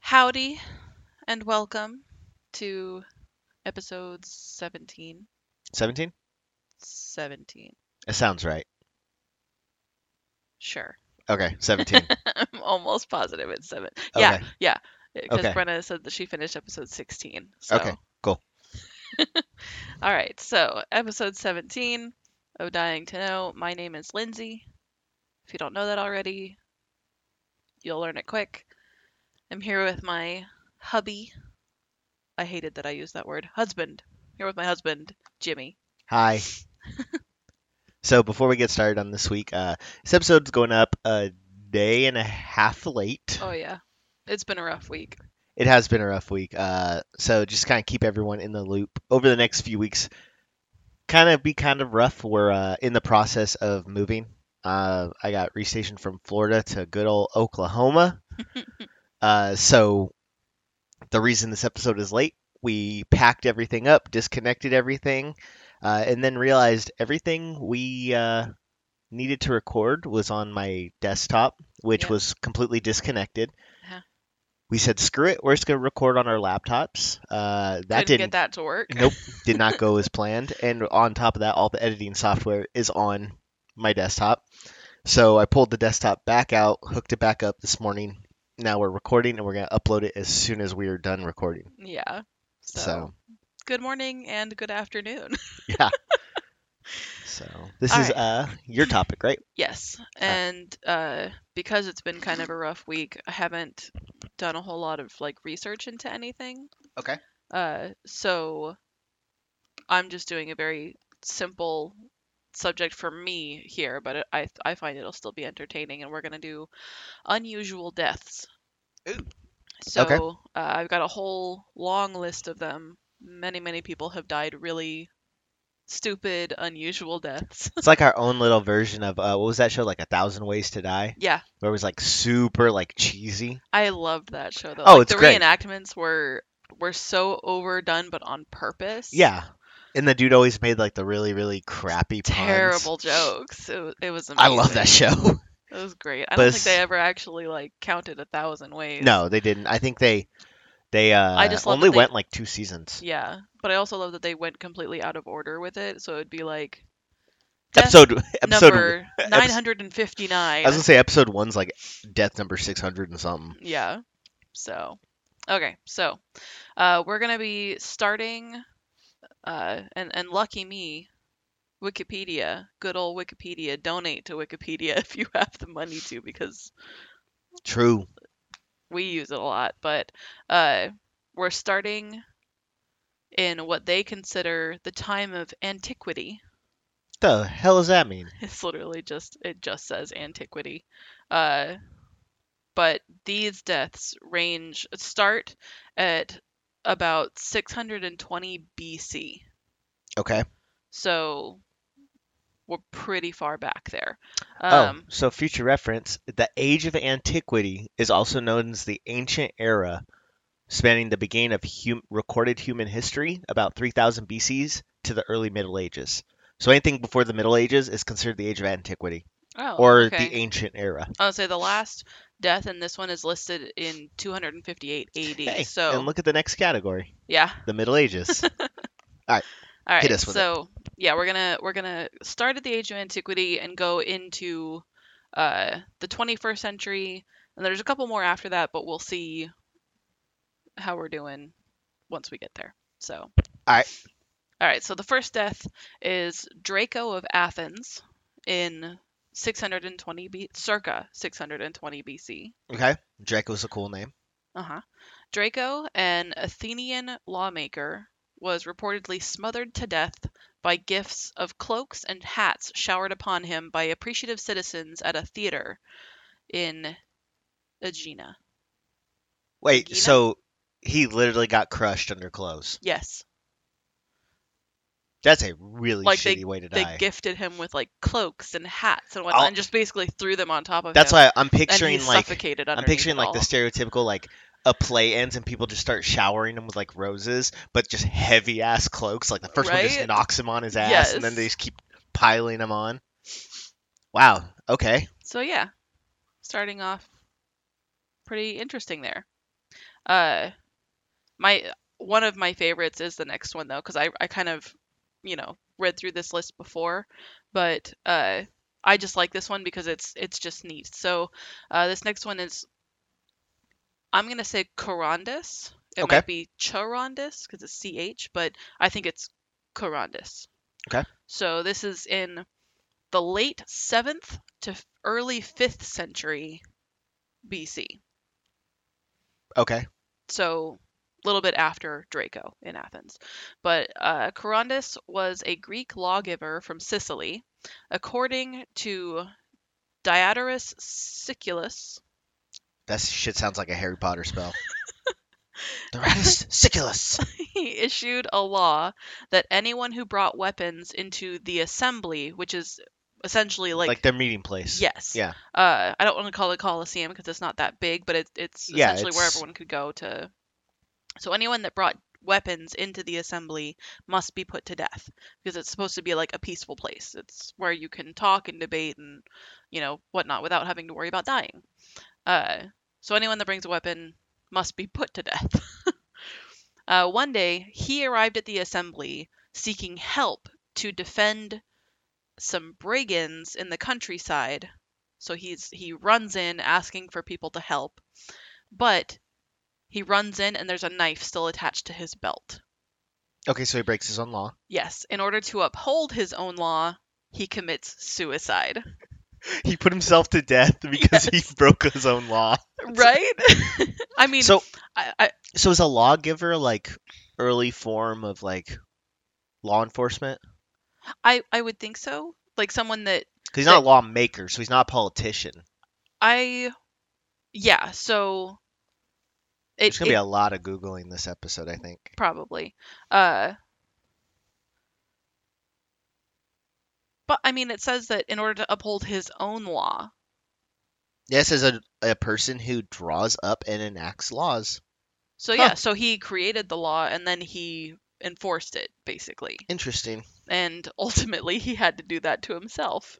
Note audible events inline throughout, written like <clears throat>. Howdy and welcome to episode 17. 17? 17. It sounds right. Sure. <laughs> Okay, 17. I'm almost positive it's 7. Yeah, Okay. yeah. Because Okay. Brenna said that she finished episode 16. So. Okay, cool. <laughs> All right, so episode 17 Oh Dying to Know. My name is Lindsay. If you don't know that already, you'll learn it quick. I'm here with my hubby. I hated that I used that word. Husband. Here with my husband, Jimmy. <laughs> Hi. so before we get started on this week, uh, this episode's going up a day and a half late. Oh yeah. It's been a rough week. It has been a rough week. Uh, so just kind of keep everyone in the loop over the next few weeks. Kind of be kind of rough. We're uh, in the process of moving. Uh, I got restationed from Florida to good old <laughs> Oklahoma. uh, so the reason this episode is late, we packed everything up, disconnected everything, uh, and then realized everything we uh, needed to record was on my desktop, which Yeah. Uh-huh. was completely disconnected we said screw it we're just going to record on our laptops uh, that Couldn't didn't get that to work. nope <laughs> did not go as planned and on top of that all the editing software is on my desktop so i pulled the desktop back out hooked it back up this morning now we're recording and we're going to upload it as soon as we are done recording Yeah. So, so good morning and good afternoon. yeah so this All is right. uh your <laughs> topic right yes. And uh because it's been mm-hmm. kind of a rough week, I haven't done a whole lot of like research into anything. Okay. Uh so I'm just doing a very simple subject for me here, but it- I I find it'll still be entertaining and we're going to do unusual deaths. So Okay. uh, I've got a whole long list of them. Many, many people have died really stupid, unusual deaths. <laughs> it's like our own little version of uh, what was that show like a thousand ways to die yeah, where it was like super like cheesy I loved that show though. Oh, like, it's the great. reenactments were were so overdone, but on purpose. Yeah. And the dude always made like the really, really crappy puns. terrible jokes. It, wa- it was. Amazing. I love that show. It was great. I But don't think they it's- ever actually like counted a thousand ways. no, they didn't. I think they they uh I just love only that they- went like two seasons. Yeah, but I also love that they went completely out of order with it. So it'd be like death Episode episode <laughs> number nine hundred and fifty nine. I was gonna say episode one's like death number six hundred and something. Yeah. So, okay. So, uh, we're gonna be starting, uh, and and lucky me, Wikipedia, good old Wikipedia. Donate to Wikipedia <laughs> if you have the money to, because True. we use it a lot. But uh, we're starting in what they consider the time of antiquity. The hell does that mean? <laughs> It's literally just it just says antiquity. Uh but these deaths range start at about 620 BC. Okay. So we're pretty far back there. oh, Um so future reference, the age of antiquity is also known as the ancient era, spanning the beginning of hum- recorded human history about 3000 BCs to the early Middle Ages. So anything before the Middle Ages is considered the age of antiquity oh, or okay. the ancient era. I'll say the last death in this one is listed in 258 AD. Hey, so and look at the next category, yeah. the Middle Ages. <laughs> All right. Hit us with it. so yeah, we're gonna we're gonna start at the age of antiquity and go into uh, the 21st century, and there's a couple more after that, but we'll see how we're doing once we get there. So. Alright. All right. So the first death is Draco of Athens in 620 B- circa 620 BC. okay, Draco's a cool name. Uh-huh. Draco, an Athenian lawmaker, was reportedly smothered to death by gifts of cloaks and hats showered upon him by appreciative citizens at a theater in Aegina. Wait, Gina? so he literally got crushed under clothes. Yes. That's a really Like, shitty way to They die. gifted him with like cloaks and hats and whatnot, I'll- and just basically threw them on top of That's him. why I'm and he picturing like suffocated I'm underneath picturing it like the all. stereotypical like a play ends and people just start showering him with like roses, but just heavy ass cloaks. Like the first one Right? just knocks him on his ass, and then Yes. they just keep piling him on. Wow. Okay. So yeah, starting off pretty interesting there. Uh, my one of my favorites is the next one though, because I I kind of you know read through this list before, but uh, I just like this one because it's it's just neat. So uh, this next one is I'm gonna say Corandus. It Okay. might be Charondis because it's ch, but I think it's Corandus. Okay. So this is in the late seventh to f- early fifth century BC. Okay. so a little bit after Draco in Athens. But uh, Corondus was a Greek lawgiver from Sicily. According to Diodorus Siculus, <laughs> That shit sounds like a Harry Potter spell. the Radus Siculus. he issued a law that anyone who brought weapons into the assembly, which is essentially like, Like, their meeting place. yes, Yeah. Uh, I don't want to call it Colosseum because it's not that big, but it, it's Yeah, essentially where it's- everyone could go to. So anyone that brought weapons into the assembly must be put to death because it's supposed to be like a peaceful place. It's where you can talk and debate and you know whatnot without having to worry about dying. Uh, so anyone that brings a weapon must be put to death. <laughs> uh, one day, he arrived at the assembly seeking help to defend some brigands in the countryside. So he's he runs in asking for people to help, but he runs in and there's a knife still attached to his belt. Okay, so he breaks his own law. Yes, in order to uphold his own law, he commits suicide. He put himself to death because he broke his own law. <laughs> Right? <laughs> I mean, So I, I, so is a lawgiver like early form of like law enforcement? I I would think so. Like someone that Because he's not a lawmaker, so he's not a politician. I, yeah. So it, There's gonna it- be a lot of googling this episode, I think. probably. Uh, but I mean, it says that in order to uphold his own law, Yes, as a a person who draws up and enacts laws. So Huh. yeah, so he created the law and then he enforced it basically. Interesting. And <laughs> ultimately he had to do that to himself.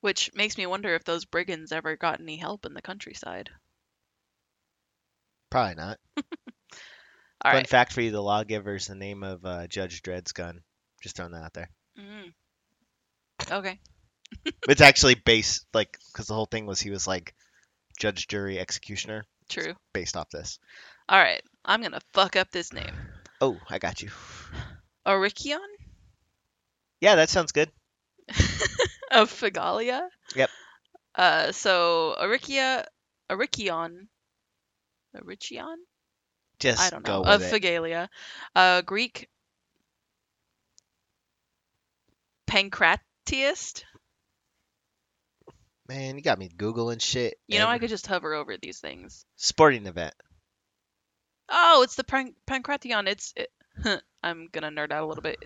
Which makes me wonder if those brigands ever got any help in the countryside. Probably not. All Fun right. fact for you: the lawgiver is the name of uh, Judge Dredd's gun. Just throwing that out there. Mm. Okay. it's actually based like because the whole thing was he was like judge, jury, executioner, True. based off this. All right. I'm going to fuck up this name. Oh, I got you. Orikion Yeah, that sounds good. of Figalia. Yep. Uh so Orikia Orikion Orichion Just I don't know, go of with it. Phegalia, a Greek pancratiist. Man, you got me googling shit. You know, I and could just hover over these things. sporting event. Oh, it's the pan- Pancration. It's it, <laughs> I'm gonna nerd out a little bit.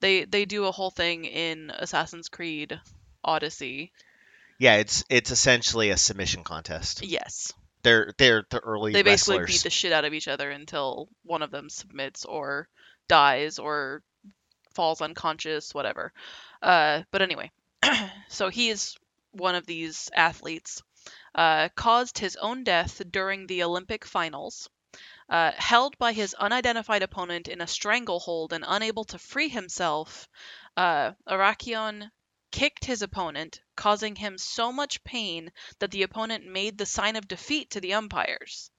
They they do a whole thing in Assassin's Creed Odyssey. Yeah, it's it's essentially a submission contest. Yes, They're they're the early they basically wrestlers. beat the shit out of each other until one of them submits or dies or falls unconscious, whatever. Uh, but anyway, <clears throat> so he is one of these athletes. Uh, caused his own death during the Olympic finals. Uh, held by his unidentified opponent in a stranglehold and unable to free himself, uh, Arakion kicked his opponent, causing him so much pain that the opponent made the sign of defeat to the umpires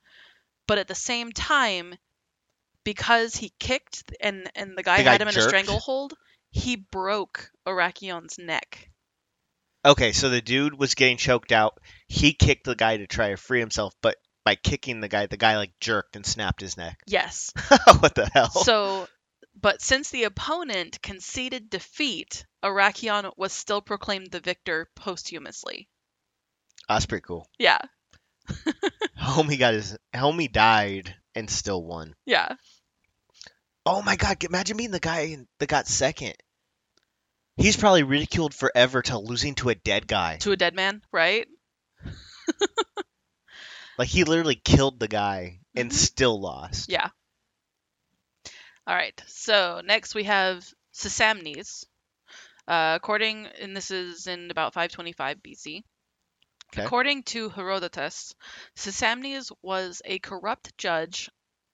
but at the same time because he kicked and and the guy The guy had him in a jerked? stranglehold he broke Arachion's neck Okay, so the dude was getting choked out. He kicked the guy to try to free himself, but by kicking the guy, the guy like jerked and snapped his neck. <laughs> yes what the <laughs> hell? so but since the opponent conceded defeat Arachion was still proclaimed the victor posthumously That's pretty cool. yeah Homie got his homie died and still won. yeah Oh my god! Imagine being the guy that got second. He's probably ridiculed forever to losing to a dead guy. to a dead man right Like he literally killed the guy and Mhm. still lost. Yeah. All right. So next we have Sesamnes. Uh, according, and this is in about 525 BC. Okay. According to Herodotus, Sisamnes was a corrupt judge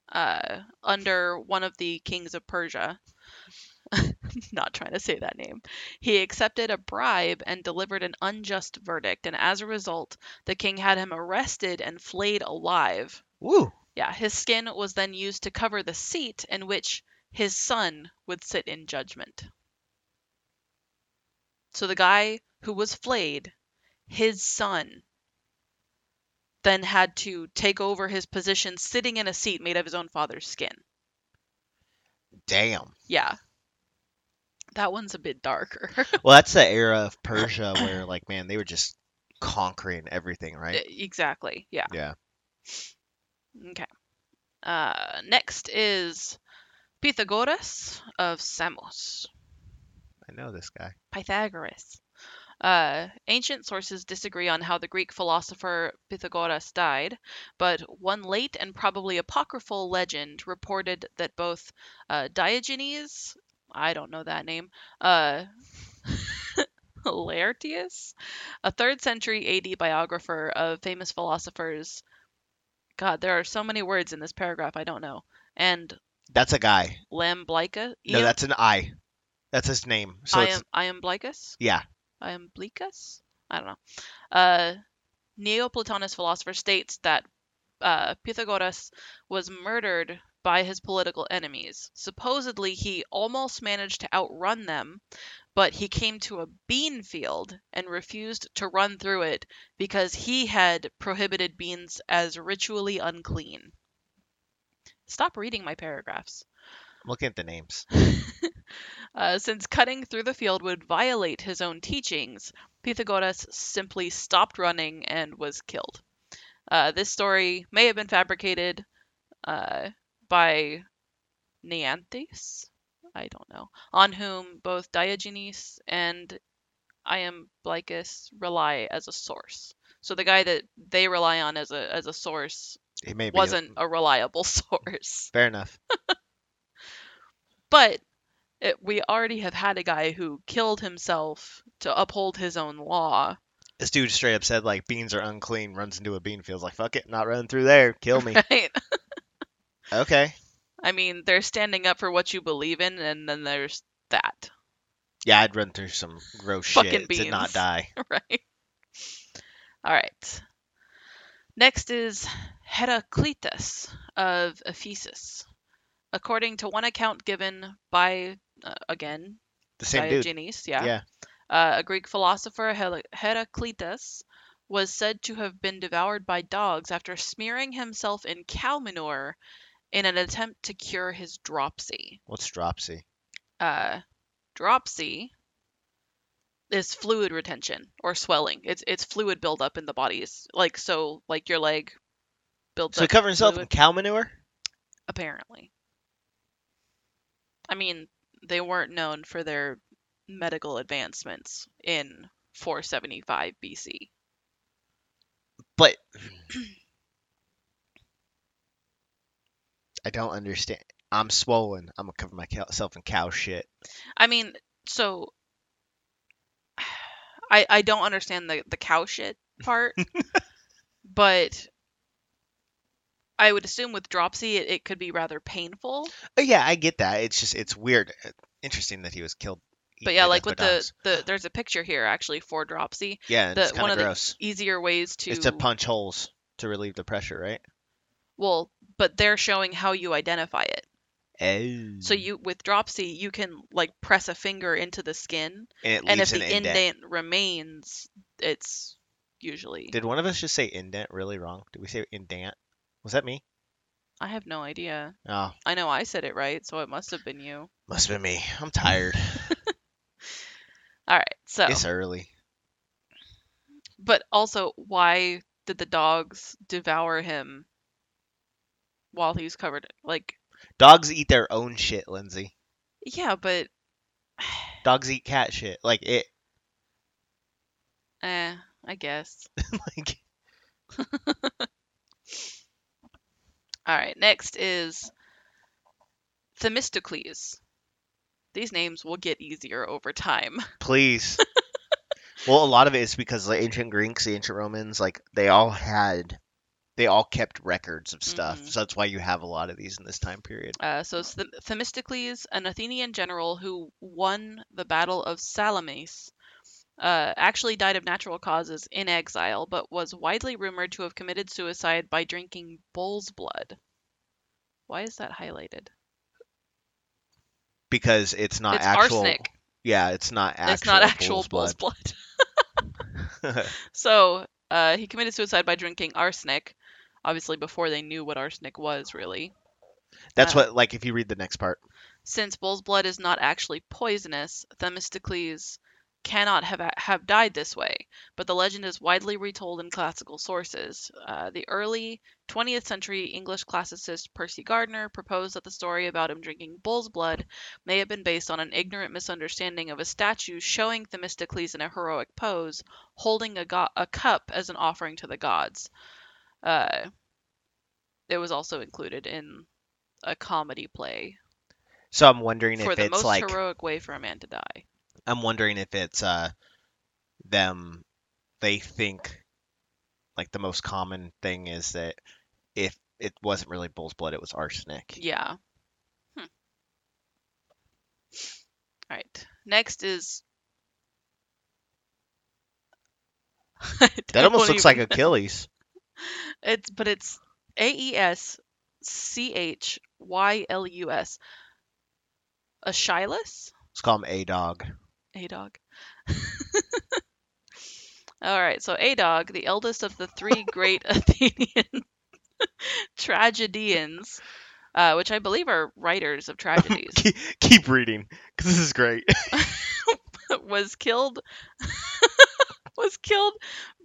uh, under one of the kings of Persia. <laughs> Not trying to say that name. He accepted a bribe and delivered an unjust verdict, and as a result, the king had him arrested and flayed alive. Woo. Yeah, his skin was then used to cover the seat in which his son would sit in judgment. So the guy who was flayed, his son, then had to take over his position sitting in a seat made of his own father's skin. <laughs> Damn. Yeah. That one's a bit darker. <laughs> Well, that's the era of Persia where, like, man, they were just conquering everything, right? exactly. Yeah. Yeah. Okay. Uh, next is Pythagoras of Samos. I know this guy. Pythagoras. Uh, ancient sources disagree on how the Greek philosopher Pythagoras died, but one late and probably apocryphal legend reported that both uh, Diogenes, I don't know that name, uh, <laughs> Laertius, a third century AD biographer of famous philosophers, God, there are so many words in this paragraph I don't know, and That's a guy. Lamblica, E No, that's an I. That's his name. So it's Iamblichus? yeah. Iamblichus? I don't know. Uh, Neoplatonist philosopher states that uh, Pythagoras was murdered by his political enemies. Supposedly, he almost managed to outrun them, but he came to a bean field and refused to run through it because he had prohibited beans as ritually unclean. Stop reading my paragraphs. I'm looking at the names. Uh, since cutting through the field would violate his own teachings, Pythagoras simply stopped running and was killed. Uh, this story may have been fabricated uh, by Neanthes, I don't know, on whom both Diogenes and Iamblichus rely as a source. So the guy that they rely on as a as a source It may be wasn't a reliable <laughs> source. fair enough. But it, we already have had a guy who killed himself to uphold his own law. <laughs> This dude straight up said like beans are unclean. Runs into a bean field. Like fuck it, not running through there. Kill <laughs> me. Right? okay. I mean, they're standing up for what you believe in, and then there's that, <laughs> Yeah, I'd run through some gross Fucking shit to not beans. die. right? All right. Next is Heraclitus of Ephesus. According to one account given by, uh, again, The same dude. Diogenes, yeah. Yeah. Uh, a Greek philosopher, Hel- Heraclitus, was said to have been devoured by dogs after smearing himself in cow manure in an attempt to cure his dropsy. What's dropsy? Uh, dropsy is fluid retention or swelling. It's it's fluid buildup in the body's like so like your leg builds So he up covered himself in fluid, cow manure. apparently. I mean, they weren't known for their medical advancements in 475 BC. But I don't understand. I'm swollen. I'm gonna cover myself in cow shit. I mean, so <sighs> I I don't understand the the cow shit <laughs> part, but I would assume with dropsy it, it could be rather painful. Oh, yeah, I get that. It's just it's weird. Uh, Interesting that he was killed. But eaten yeah, to like death with by the dogs. the there's a picture here actually for dropsy. yeah, and the- it's one kind of of the gross. Easier ways to It's to punch holes to relieve the pressure, right? well, but they're showing how you identify it. Oh. So you with dropsy you can like press a finger into the skin, and, it and if leaves the an indent. indent remains, it's usually Did one of us just say indent really wrong? Did we say indent? Was that me? I have no idea. Oh, I know I said it right, so it must have been you. must have been me. I'm tired. All right. So, It's early. but also, why did the dogs devour him while he was covered? Like, Dogs eat their own shit, Lindsay. yeah, but Dogs eat cat shit. Like it. <laughs> eh, I guess. Like All right. Next is <laughs> Themistocles. These names will get easier over time. please. Well, a lot of it is because the ancient Greeks, the ancient Romans, like they all had, they all kept records of stuff. Mhm. So that's why you have a lot of these in this time period. Uh, so it's Them- Themistocles, an Athenian general who won the Battle of Salamis, uh, actually died of natural causes in exile, but was widely rumored to have committed suicide by drinking bull's blood. Why is that highlighted? Because it's not it's actual. arsenic. Yeah, it's not actual. it's not actual bull's bull's blood. blood. <laughs> So uh, he committed suicide by drinking arsenic, obviously before they knew what arsenic was, really. that's Uh, what like if you read the next part. Since bull's blood is not actually poisonous, Themistocles cannot have, have died this way, but the legend is widely retold in classical sources. Uh, the early 20th century English classicist Percy Gardner proposed that the story about him drinking bull's blood may have been based on an ignorant misunderstanding of a statue showing Themistocles in a heroic pose, holding a, go- a cup as an offering to the gods. Uh, it was also included in a comedy play So I'm wondering for if the it's most like heroic way for a man to die. I'm wondering if it's uh them they think like the most common thing is that if it wasn't really bull's blood, it was arsenic. Yeah. Hmm. All right. Next is. <laughs> I That don't almost looks like even- <laughs> Achilles. it's, but it's A E S C H Y L U S. A Shylus? Let's call him a dog. <laughs> A dog. <laughs> All right, so A dog, the eldest of the three great Athenian <laughs> tragedians, uh, which I believe are writers of <laughs> tragedies, <laughs> keep, keep reading because this is great. <laughs> was killed <laughs> was killed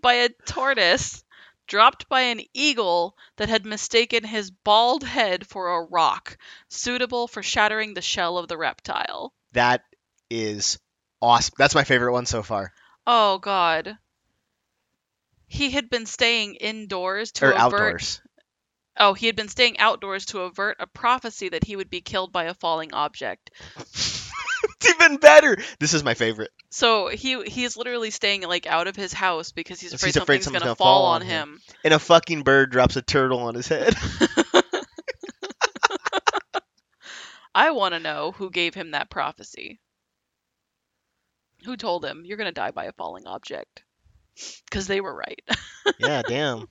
by a tortoise dropped by an eagle that had mistaken his bald head for a rock suitable for shattering the shell of the reptile. that is awesome. That's my favorite one so far. Oh god. He had been staying indoors to or avert outdoors. <laughs> Oh, he had been staying outdoors to avert a prophecy that he would be killed by a falling object. It's even better. This is my favorite. So he he's literally staying like out of his house because he's Because afraid, he's afraid something's, gonna something's gonna fall, fall on on him. And a fucking bird drops a turtle on his <laughs> head. I want to know who gave him that prophecy. Who told him you're going to die by a falling object? Because they were right. yeah, damn.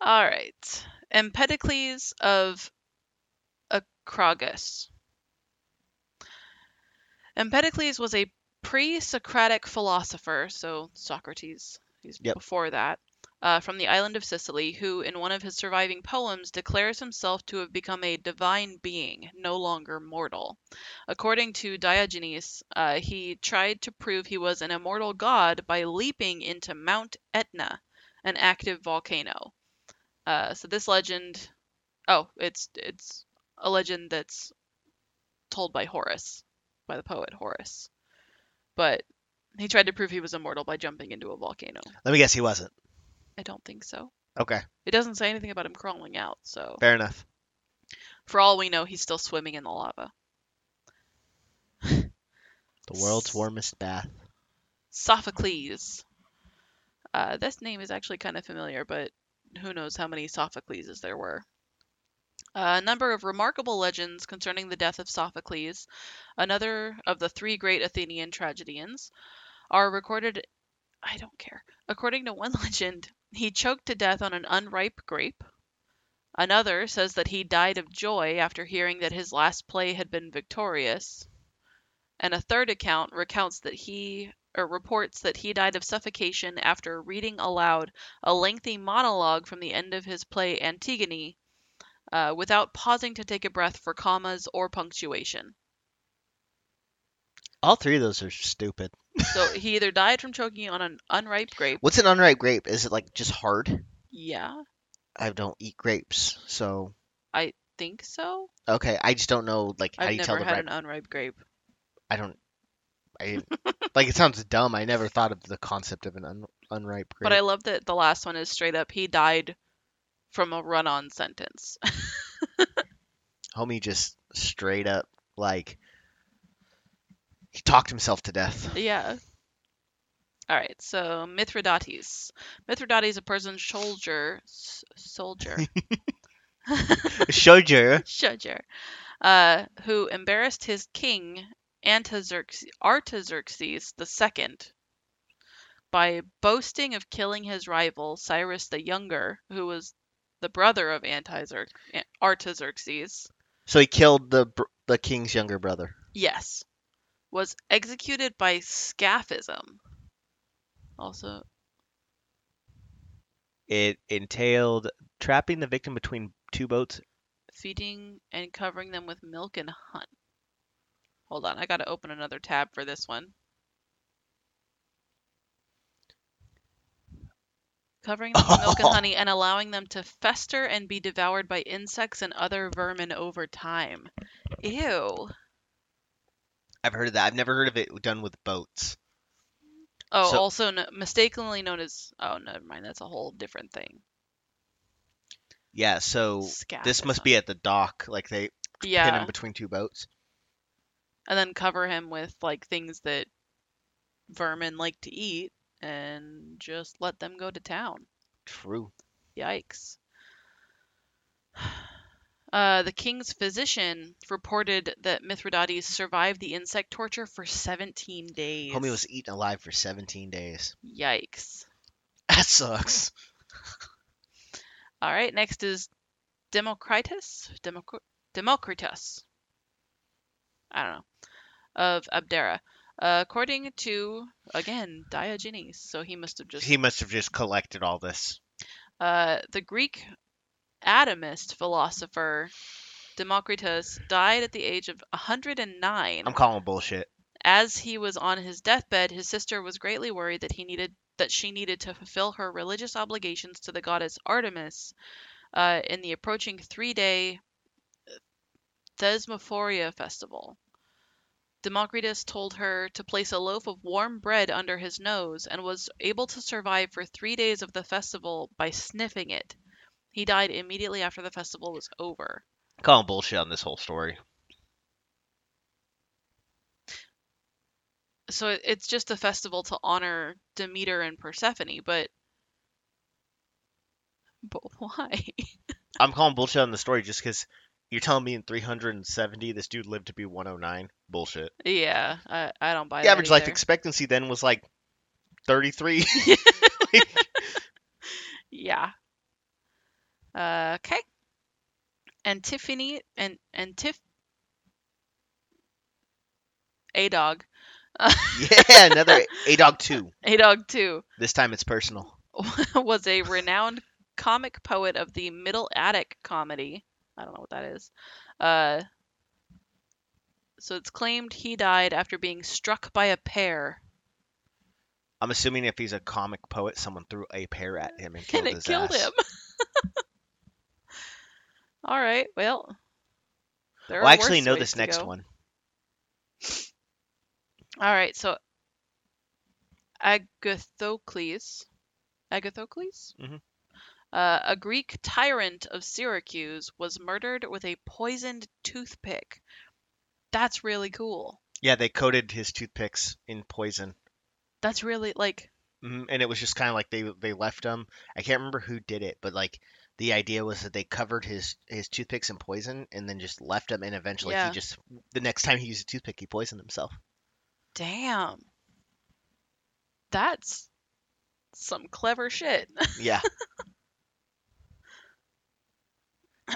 All right. Empedocles of Acragas. Empedocles was a pre Socratic philosopher, so Socrates, he's Yep. before that, uh, from the island of Sicily, who, in one of his surviving poems, declares himself to have become a divine being, no longer mortal. According to Diogenes, uh, he tried to prove he was an immortal god by leaping into Mount Etna, an active volcano. Uh, so this legend, oh, it's it's a legend that's told by Horace, by the poet Horace. But he tried to prove he was immortal by jumping into a volcano. Let me guess he wasn't. I don't think so. Okay, It doesn't say anything about him crawling out, so fair enough. for all we know, he's still swimming in the lava. The world's warmest bath. Sophocles. Uh, this name is actually kind of familiar, but who knows how many Sophocleses there were. Uh, A number of remarkable legends concerning the death of Sophocles, another of the three great Athenian tragedians, are recorded. I don't care. According to one <laughs> legend, he choked to death on an unripe grape. Another says that he died of joy after hearing that his last play had been victorious. And a third account recounts that he or reports that he died of suffocation after reading aloud a lengthy monologue from the end of his play Antigone uh, without pausing to take a breath for commas or punctuation. All three of those are stupid. <laughs> So he either died from choking on an unripe grape. What's an unripe grape? Is it like just hard? Yeah, I don't eat grapes, so I think so. okay. I just don't know like how I've you tell never the had ripe. an unripe grape. I don't. I <laughs> like it sounds dumb. I never thought of the concept of an un, unripe grape. But I love that the last one is straight up he died from a run on sentence. <laughs> Homie just <laughs> straight up like he talked himself to death. <laughs> yeah. All right, so Mithridates. Mithridates is a Persian soldier, s- soldier, Soldier. soldier, uh, who embarrassed his king Antaxerxes, Artaxerxes II by boasting of killing his rival Cyrus the Younger, who was the brother of Antizerx- An- Artaxerxes. So he killed the br- the king's younger brother. Yes, was executed by scaphism. Also, It entailed trapping the victim between two boats. feeding and covering them with milk and honey. Hold on, I gotta open another tab for this one. Covering them with milk and honey and allowing them to fester and be devoured by insects and other vermin over time. Ew. I've heard of that. I've never heard of it done with boats. Oh, So- also kn- mistakenly known as. Oh, never mind. That's a whole different thing. Yeah, so this must be at the dock. Like they Scaphism. pin Yeah, him between two boats. and then cover him with like things that vermin like to eat, and just let them go to town. True. Yikes. <sighs> Uh, the king's physician reported that Mithridates survived the insect torture for 17 days. Homie was eaten alive for 17 days. <laughs> Yikes. That sucks. All right, next is Democritus. Democ- Democritus. I don't know. Of Abdera. Uh, according to, again, Diogenes. So he must have just He must have just collected all this. Uh, the Greek atomist philosopher Democritus died at the age of 109. I'm calling bullshit. As he was on his deathbed, his sister was greatly worried that he needed that she needed to fulfill her religious obligations to the goddess Artemis uh, in the approaching three-day uh, Thesmophoria festival. Democritus told her to place a loaf of warm bread under his nose and was able to survive for three days of the festival by sniffing it. He died immediately after the festival was over. Calling bullshit on this whole story. so it- it's just a festival to honor Demeter and Persephone, but but <laughs> why? I'm calling bullshit on the story just because you're telling me in 370 this dude lived to be 109. Bullshit. yeah, I, I don't buy the that average life either. expectancy then was like <laughs> 33. yeah. Uh, okay. Antiphony and Antif A dog. <laughs> yeah, another A Dog 2. A dog too. This time it's personal. <laughs> was a renowned comic poet of the Middle Attic comedy. I don't know what that is. Uh, so it's claimed he died after being struck by a pear I'm assuming if he's a comic poet, someone threw a pear at him and <laughs> killed and it his killed ass. him. All right, well. There Well, are I actually worse know ways this to next go. one. All right, so Agathocles, Agathocles, Mhm. uh, a Greek tyrant of Syracuse, was murdered with a poisoned toothpick. That's really cool. Yeah, they coated his toothpicks in poison. That's really like Mhm, And it was just kind of like they they left him. I can't remember who did it, but like the idea was that they covered his his toothpicks in poison and then just left him. And eventually, Yeah. he just the next time he used a toothpick, he poisoned himself. damn. That's some clever shit. Yeah.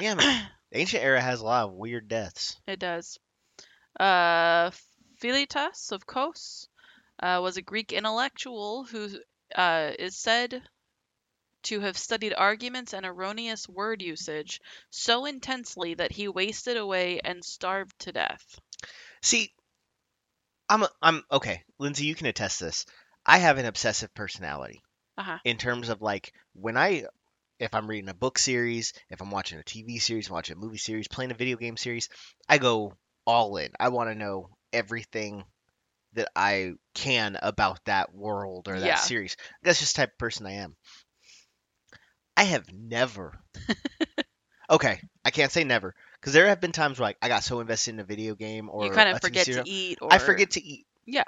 Yeah, man. The ancient era has a lot of weird deaths. It does. Uh, Philetas of Kos uh, was a Greek intellectual who uh, is said to have studied arguments and erroneous word usage so intensely that he wasted away and starved to death. See, I'm a, I'm okay, Lindsay. You can attest to this. I have an obsessive personality Uh-huh. in terms of like when I, if I'm reading a book series, if I'm watching a TV series, watching a movie series, playing a video game series, I go all in. I want to know everything that I can about that world or that Yeah. series. That's just the type of person I am. I have never. okay, I can't say never because there have been times where like, I got so invested in a video game or you kind a of TV forget serial- to eat, or I forget to eat. Yeah.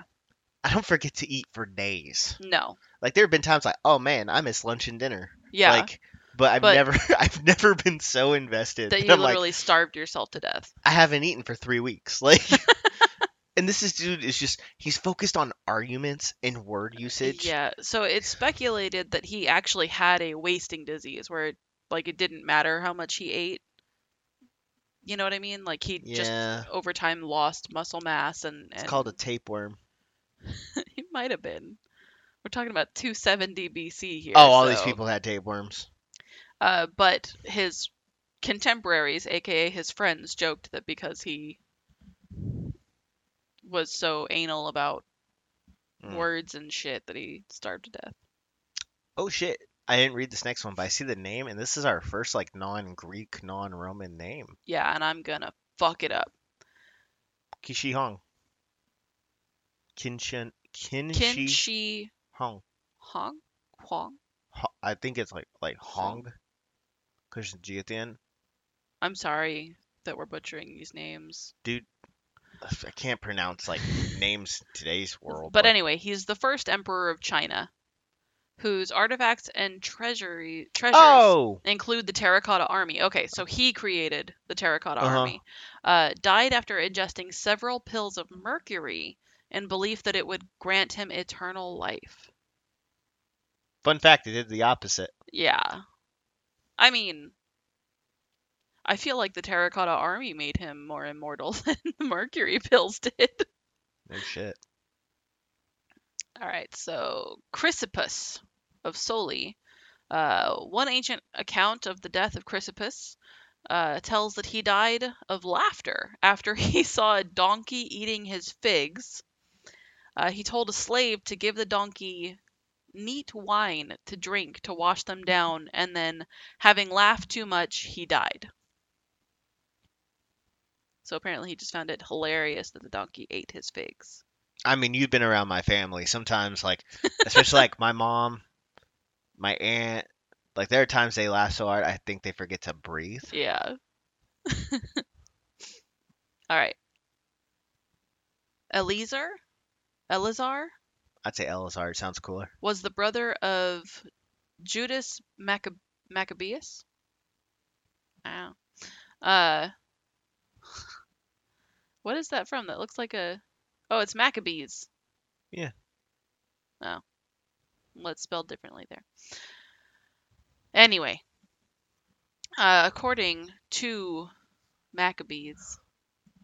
I don't forget to eat for days. No. Like there have been times like, oh man, I miss lunch and dinner. Yeah. Like, but I've But- never <laughs> I've never been so invested. <laughs> that that you I'm like, literally starved yourself to death. I haven't eaten for three weeks. <laughs> Like, <laughs> and this is dude is just he's focused on arguments and word usage. Uh, Yeah. So it's speculated that he actually had a wasting disease where it, like it didn't matter how much he ate. You know what I mean? Like he just Yeah. over time lost muscle mass and, It's and called a tapeworm. <laughs> he might have been. We're talking about 270 BC here. Oh, all these so- people had tapeworms. Uh, but his contemporaries, aka his friends, joked that because he was so anal about Mm. words and shit that he starved to death. Oh shit. I didn't read this next one, but I see the name, and this is our first like non-Greek, non-Roman name, Yeah, and I'm gonna fuck it up. Kishi Hong. Kinshin Kin Kinshi Shi Hong. Hong Huang. Ho- I think it's like like Hong, because G at the end. I'm sorry that we're butchering these names. I can't <laughs> pronounce like names in today's world. But anyway, he's the first emperor of China, whose artifacts and treasury treasures Oh, include the Terracotta Army. Okay, so he created the Terracotta Uh-huh. Army. Uh, died after ingesting several pills of mercury in belief that it would grant him eternal life. fun fact: they did the opposite. Yeah. I mean, I feel like the Terracotta Army made him more immortal <laughs> than the mercury pills did. No shit. All right, so Chrysippus of Soli. Uh, one ancient account of the death of Chrysippus uh, tells that he died of laughter after <laughs> he saw a donkey eating his figs. Uh, he told a slave to give the donkey neat wine to drink to wash them down, and then, having laughed too much, he died. So apparently, he just found it hilarious that the donkey ate his figs. I mean, you've been around my family. <laughs> Sometimes, like, especially like my mom, my aunt. Like there are times they laugh so hard, I think they forget to breathe. Yeah. <laughs> All right. Eleazar, Eleazar I'd say Elazar. It sounds cooler. was the brother of Judas Maccab- Maccabeus. Ow. Uh, <laughs> what is that from? That looks like a. Oh, it's Maccabees. Yeah. Oh. Well, it's spelled differently there. Anyway, uh, according to Maccabees,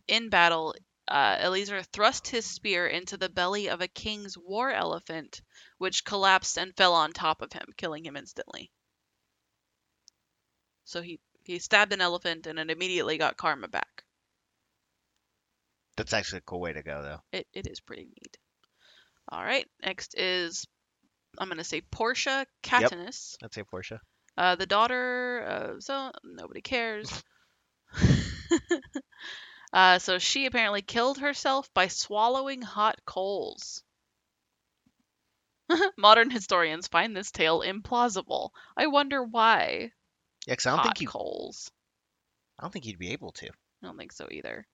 in battle, uh, Eleazar thrust his spear into the belly of a king's war elephant, which collapsed and fell on top of him, killing him instantly. So he, he stabbed an elephant and it immediately got karma back. That's actually a cool way to go, though. It, it is pretty neat. All right, next is, I'm going to say Portia Catanus, I'd say Portia. uh, the daughter of so nobody <laughs> cares. <laughs> uh, so she apparently killed herself by swallowing hot coals. <laughs> Modern historians find this tale implausible. I wonder why. Yeah, 'cause I don't hot think you. coals. I don't think you'd be able to. I don't think so either.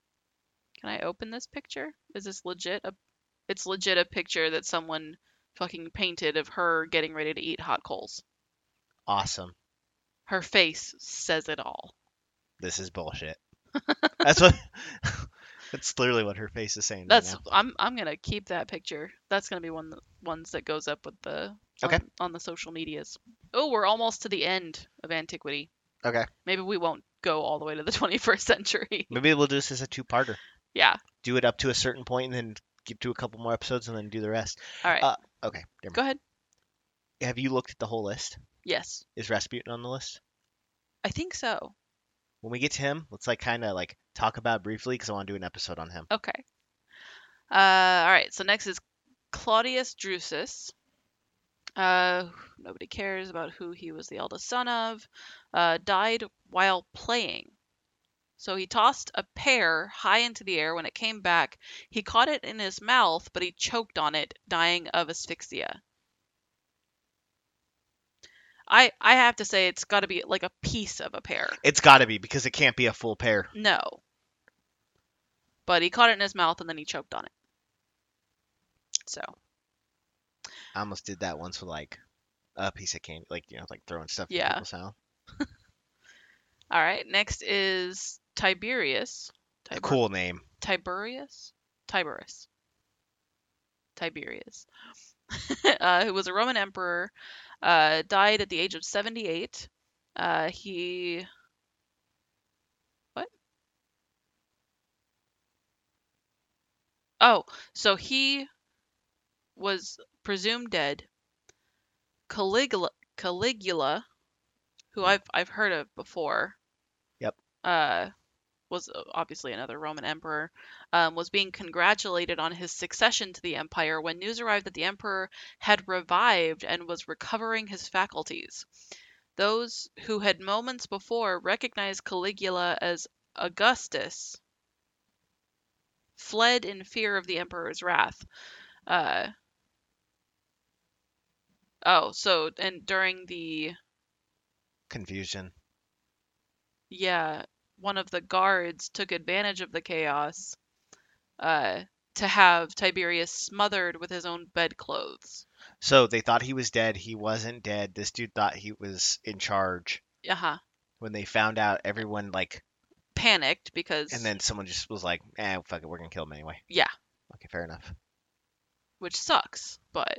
Can I open this picture? Is this legit? A, it's legit a picture that someone fucking painted of her getting ready to eat hot coals. Awesome. Her face says it all. This <laughs> is bullshit. That's what. <laughs> that's literally what her face is saying. That's right now. I'm I'm gonna keep that picture. That's gonna be one of the ones that goes up with the Okay. on, on the social medias. Oh, we're almost to the end of antiquity. Okay. Maybe we won't go all the way to the <laughs> 21st century. Maybe we'll do this as a two-parter. yeah. Do it up to a certain point, and then get to a couple more episodes, and then do the rest. All right. Uh, Okay. Never mind. go ahead. Have you looked at the whole list? Yes, Is Rasputin on the list? I think so. When we get to him, let's like kind of like talk about it briefly because I want to do an episode on him. Okay. Uh, all right. So next is Claudius Drusus. Uh, nobody cares about who he was the eldest son of. Uh, died while playing. So he tossed a pear high into the air. When it came back, he caught it in his mouth, but he choked on it, dying of asphyxia. I I have to say it's got to be like a piece of a pear. It's got to be because it can't be a full pair. No. But he caught it in his mouth and then he choked on it. So I almost did that once with like a piece of candy, like you know, like throwing stuff Yeah. in people's mouth. all right, next is Tiberius. A Tiber- cool name. Tiberius? Tiberius. Tiberius. <laughs> uh, who was a Roman emperor, uh, died at the age of 78. Uh, he. What? Oh, so he was presumed dead. Caligula, Caligula who I've, I've heard of before. Yep. Uh, was obviously another Roman emperor, um, was being congratulated on his succession to the empire when news arrived that the emperor had revived and was recovering his faculties. Those who had moments before recognized Caligula as Augustus fled in fear of the emperor's wrath. Uh, oh, so, and during the Confusion. yeah, one of the guards took advantage of the chaos uh, to have Tiberius smothered with his own bedclothes. So they thought he was dead. He wasn't dead. This dude thought he was in charge. Uh huh. When they found out, everyone like, Panicked because, and then someone just was like, "Eh, fuck it, we're gonna kill him anyway." Yeah. Okay, fair enough. which sucks, but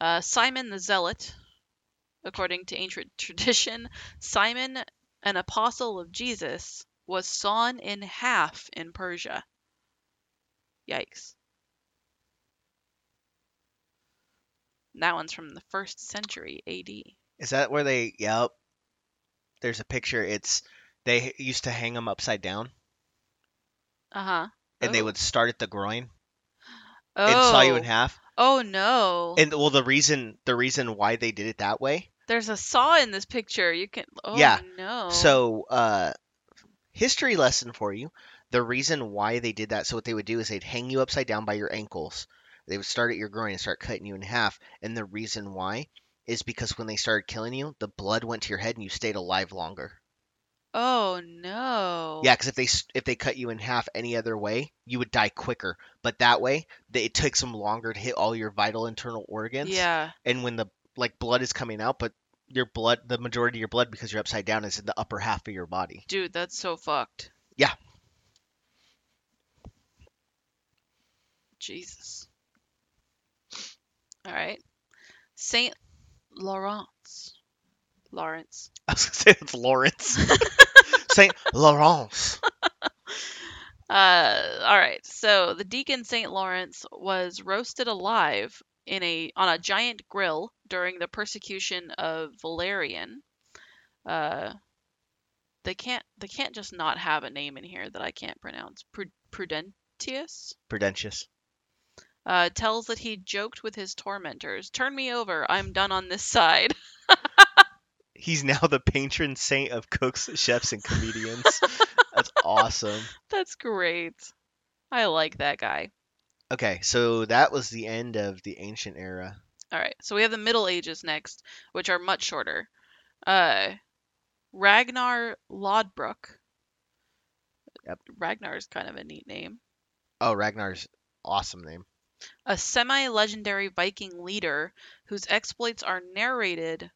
uh, Simon the Zealot, according to ancient <laughs> tradition, Simon, an apostle of Jesus, was sawn in half in Persia. Yikes. That one's from the first century AD. Is that where they? Yep. There's a picture. It's they used to hang him upside down, Uh huh. and they Oh. would start at the groin Oh. and saw you in half. Oh no! And well, the reason the reason why they did it that way There's a saw in this picture. You can. Oh Yeah. no. So, uh, history lesson for you. The reason why they did that, so what they would do is they'd hang you upside down by your ankles. They would start at your groin and start cutting you in half. And the reason why is because when they started killing you, the blood went to your head and you stayed alive longer. Oh no. Yeah, because if they s- if they cut you in half any other way, you would die quicker. But that way, they, it takes them longer to hit all your vital internal organs. Yeah. And when the like blood is coming out, but your blood, the majority of your blood, because you're upside down, is in the upper half of your body. Dude, that's so fucked. Yeah. Jesus. All right. Saint Lawrence. Lawrence. <laughs> I was gonna say <laughs> it's Lawrence. Saint Lawrence. Uh, all right. So the deacon Saint Lawrence was roasted alive in a on a giant grill during the persecution of Valerian. Uh, they can't they can't just not have a name in here that I can't pronounce. Pru- Prudentius Prudentious. uh, tells that he joked with his tormentors, "Turn me over. I'm done on this side." <laughs> He's now the patron saint of cooks, chefs, and comedians. That's awesome. That's great. I like that guy. Okay, so that was the end of the ancient era. All right, so we have the Middle Ages next, which are much shorter. Uh, Ragnar Lodbrok. Yep. Ragnar's kind of a neat name. Oh, Ragnar's awesome name. A semi legendary Viking leader whose exploits are narrated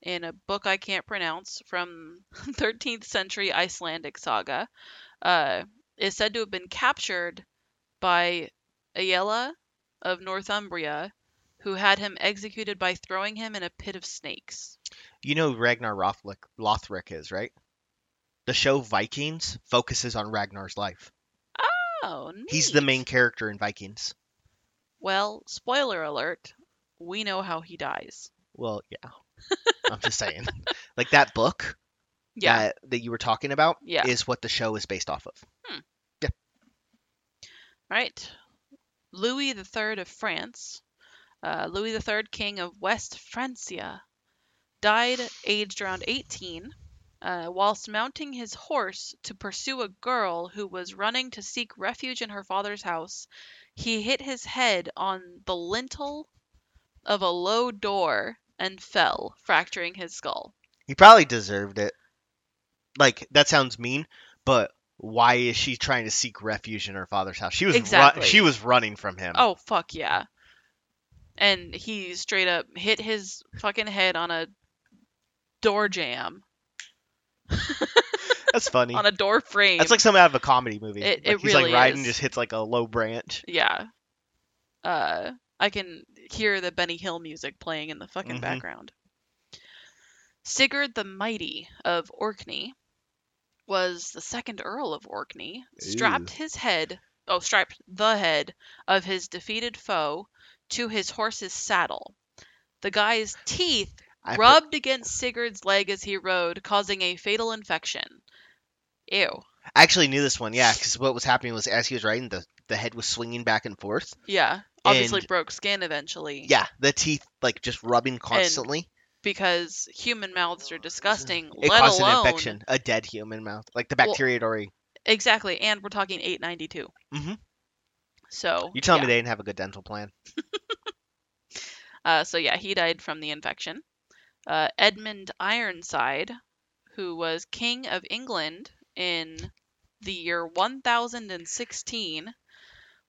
in a book I can't pronounce from <laughs> 13th century Icelandic saga, uh, is said to have been captured by Aella of Northumbria, who had him executed by throwing him in a pit of snakes. You know who Ragnar Lothric, Lothric is, right? The show Vikings focuses on Ragnar's life. Oh, neat. He's the main character in Vikings. Well, spoiler alert, we know how he dies. Well, <laughs> yeah. I'm just saying. Like that book Yeah. that, that you were talking about Yeah. is what the show is based off of. Right. Louis III of France, uh, Louis III, King of West Francia, died aged around 18 uh, whilst mounting his horse to pursue a girl who was running to seek refuge in her father's house. He hit his head on the lintel of a low door and fell, fracturing his skull. He probably deserved it. Like that sounds mean, but why is she trying to seek refuge in her father's house? She was Exactly. run- she was running from him. Oh fuck yeah. And he straight up hit his fucking head on a door jam, that's funny. on a door frame. That's like something out of a comedy movie. It- Like, it he's really like riding, is. just hits like a low branch. yeah. Uh I can hear the Benny Hill music playing in the fucking Mhm. background. Sigurd the Mighty of Orkney was the second Earl of Orkney, strapped his head, oh, strapped the head of his defeated foe to his horse's saddle. The guy's teeth I heard- rubbed against Sigurd's leg as he rode, causing a fatal infection. Ew. I actually knew this one, yeah, because what was happening was as he was riding, the the head was swinging back and forth. Yeah. Obviously And- broke skin eventually. Yeah, the teeth like just rubbing constantly. Because human mouths are disgusting, it let caused alone an infection, a dead human mouth, like the Well- bacteria had already. Exactly, and we're talking 892. Mhm. So You telling yeah. me they didn't have a good dental plan? Uh, so yeah, he died from the infection. Uh, Edmund Ironside, who was king of England in the year 1016,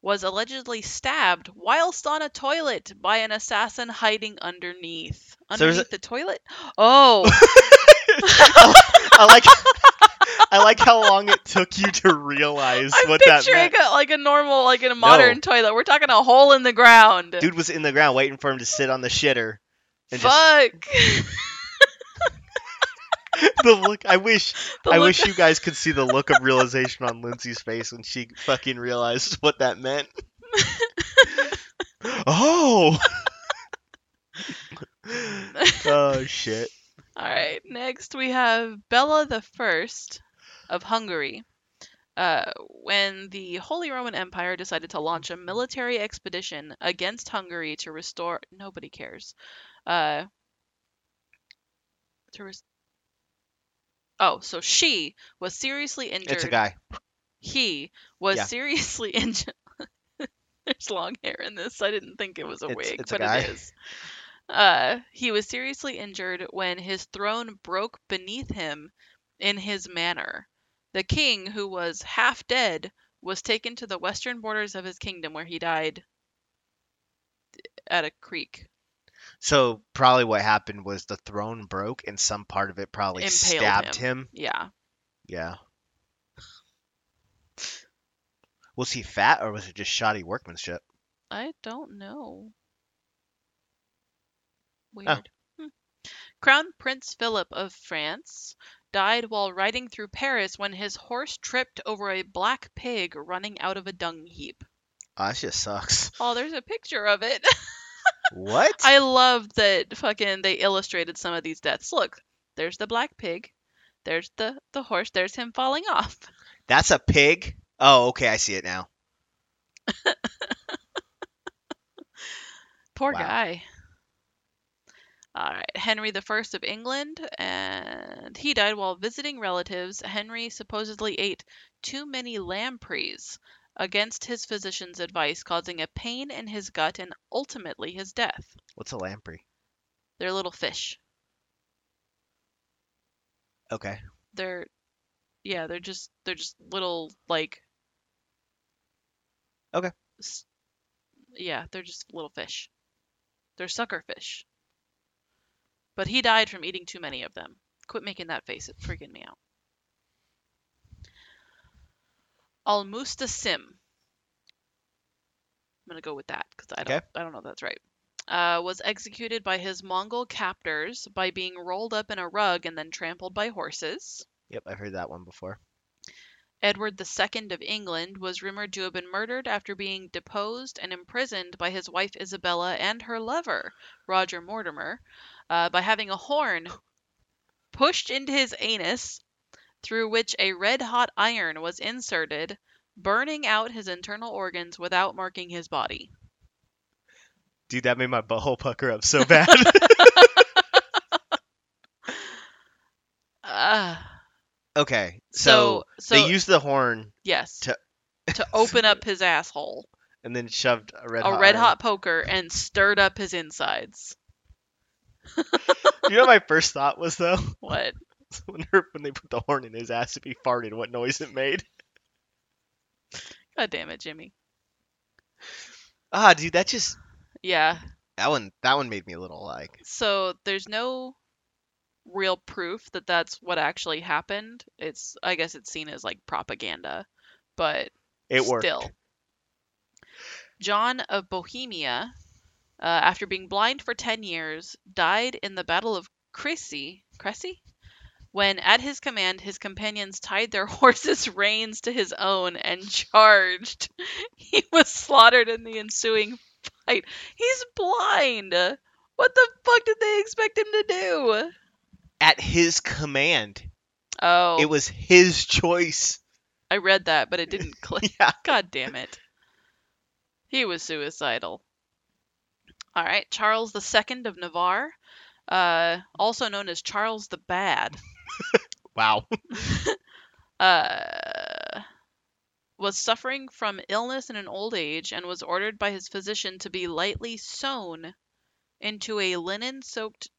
was allegedly stabbed whilst on a toilet by an assassin hiding underneath. So there's Underneath a- the toilet? <gasps> Oh, I like, I like how long it took you to realize I'm what that picturing meant. a, like a normal, like in a modern toilet. We're talking a hole in the ground. Dude was in the ground waiting for him to sit on the <laughs> shitter. And just, Fuck. <laughs> the look, I wish, The I look wish you guys could see the look of realization on Lindsay's face when she fucking realized what <laughs> that meant. oh. oh shit. All right. Next, we have Bella the First of Hungary. Uh, when the Holy Roman Empire decided to launch a military expedition against Hungary to restore, nobody cares. Uh, to res- oh, so she was seriously injured. It's a guy. He was Yeah. seriously <laughs> injured. There's long hair in this. I didn't think it was a It's- wig, it's a but guy. it is. Uh, he was seriously injured when his throne broke beneath him in his manor. The king, who was half dead, was taken to the western borders of his kingdom where he died at a creek. So probably what happened was the throne broke and some part of it probably Impaled stabbed him. Yeah. Yeah. Was he fat or was it just shoddy workmanship? I don't know. Weird. Hmm. Crown Prince Philip of France died while riding through Paris when his horse tripped over a black pig running out of a dung heap. Oh, that shit sucks. Oh, there's a picture of it. <laughs> What? I love that fucking they illustrated some of these deaths. Look, there's the black pig. There's the the horse. There's him falling off. That's a pig? Oh, okay, I see it now. Poor Wow. guy. All right, Henry the First of England, and he died while visiting relatives. Henry supposedly ate too many lampreys against his physician's advice, causing a pain in his gut and ultimately his death. What's a lamprey? They're little fish. Okay. They're, yeah, they're just they're just little like. Okay. s- Yeah, they're just little fish. They're sucker fish. But he died from eating too many of them. Quit making that face; it freaking me out. Almusta Sim. I'm gonna go with that because I don't, Okay. I don't know if that's right. Uh, was executed by his Mongol captors by being rolled up in a rug and then trampled by horses. Yep, I've heard that one before. Edward II of England was rumored to have been murdered after being deposed and imprisoned by his wife Isabella and her lover, Roger Mortimer, uh, by having a horn pushed into his anus through which a red hot iron was inserted, burning out his internal organs without marking his body. Dude, that made my butthole pucker up so <laughs> bad. Uh, okay, so, so, so, they used the horn yes, <laughs> to, to- open up his asshole, and then shoved a <laughs> red a hot red iron. hot poker, and stirred up his insides. You know what my <laughs> first thought was though <laughs> What? when, her, when they put the horn in his ass if he farted, what noise it made? God damn it, Jimmy. Ah, dude, that just Yeah. that one that one made me a little like So there's no real proof that that's what actually happened. It's I guess it's seen as like propaganda, but it worked. Still. John of Bohemia, uh, after being blind for 10 years, died in the Battle of Cressy, Cressy? When at his command, his companions tied their <laughs> horses' reins to his own and charged. <laughs> He was slaughtered in the ensuing fight. He's blind! What the fuck did they expect him to do? At his command, Oh, it was his choice. <laughs> I read that, but it didn't click. Yeah. <laughs> God damn it. He was suicidal. All right, Charles II of Navarre, uh, also known as Charles the Bad, Wow. <laughs> uh, was suffering from illness in an old age and was ordered by his physician to be lightly sewn into a linen soaked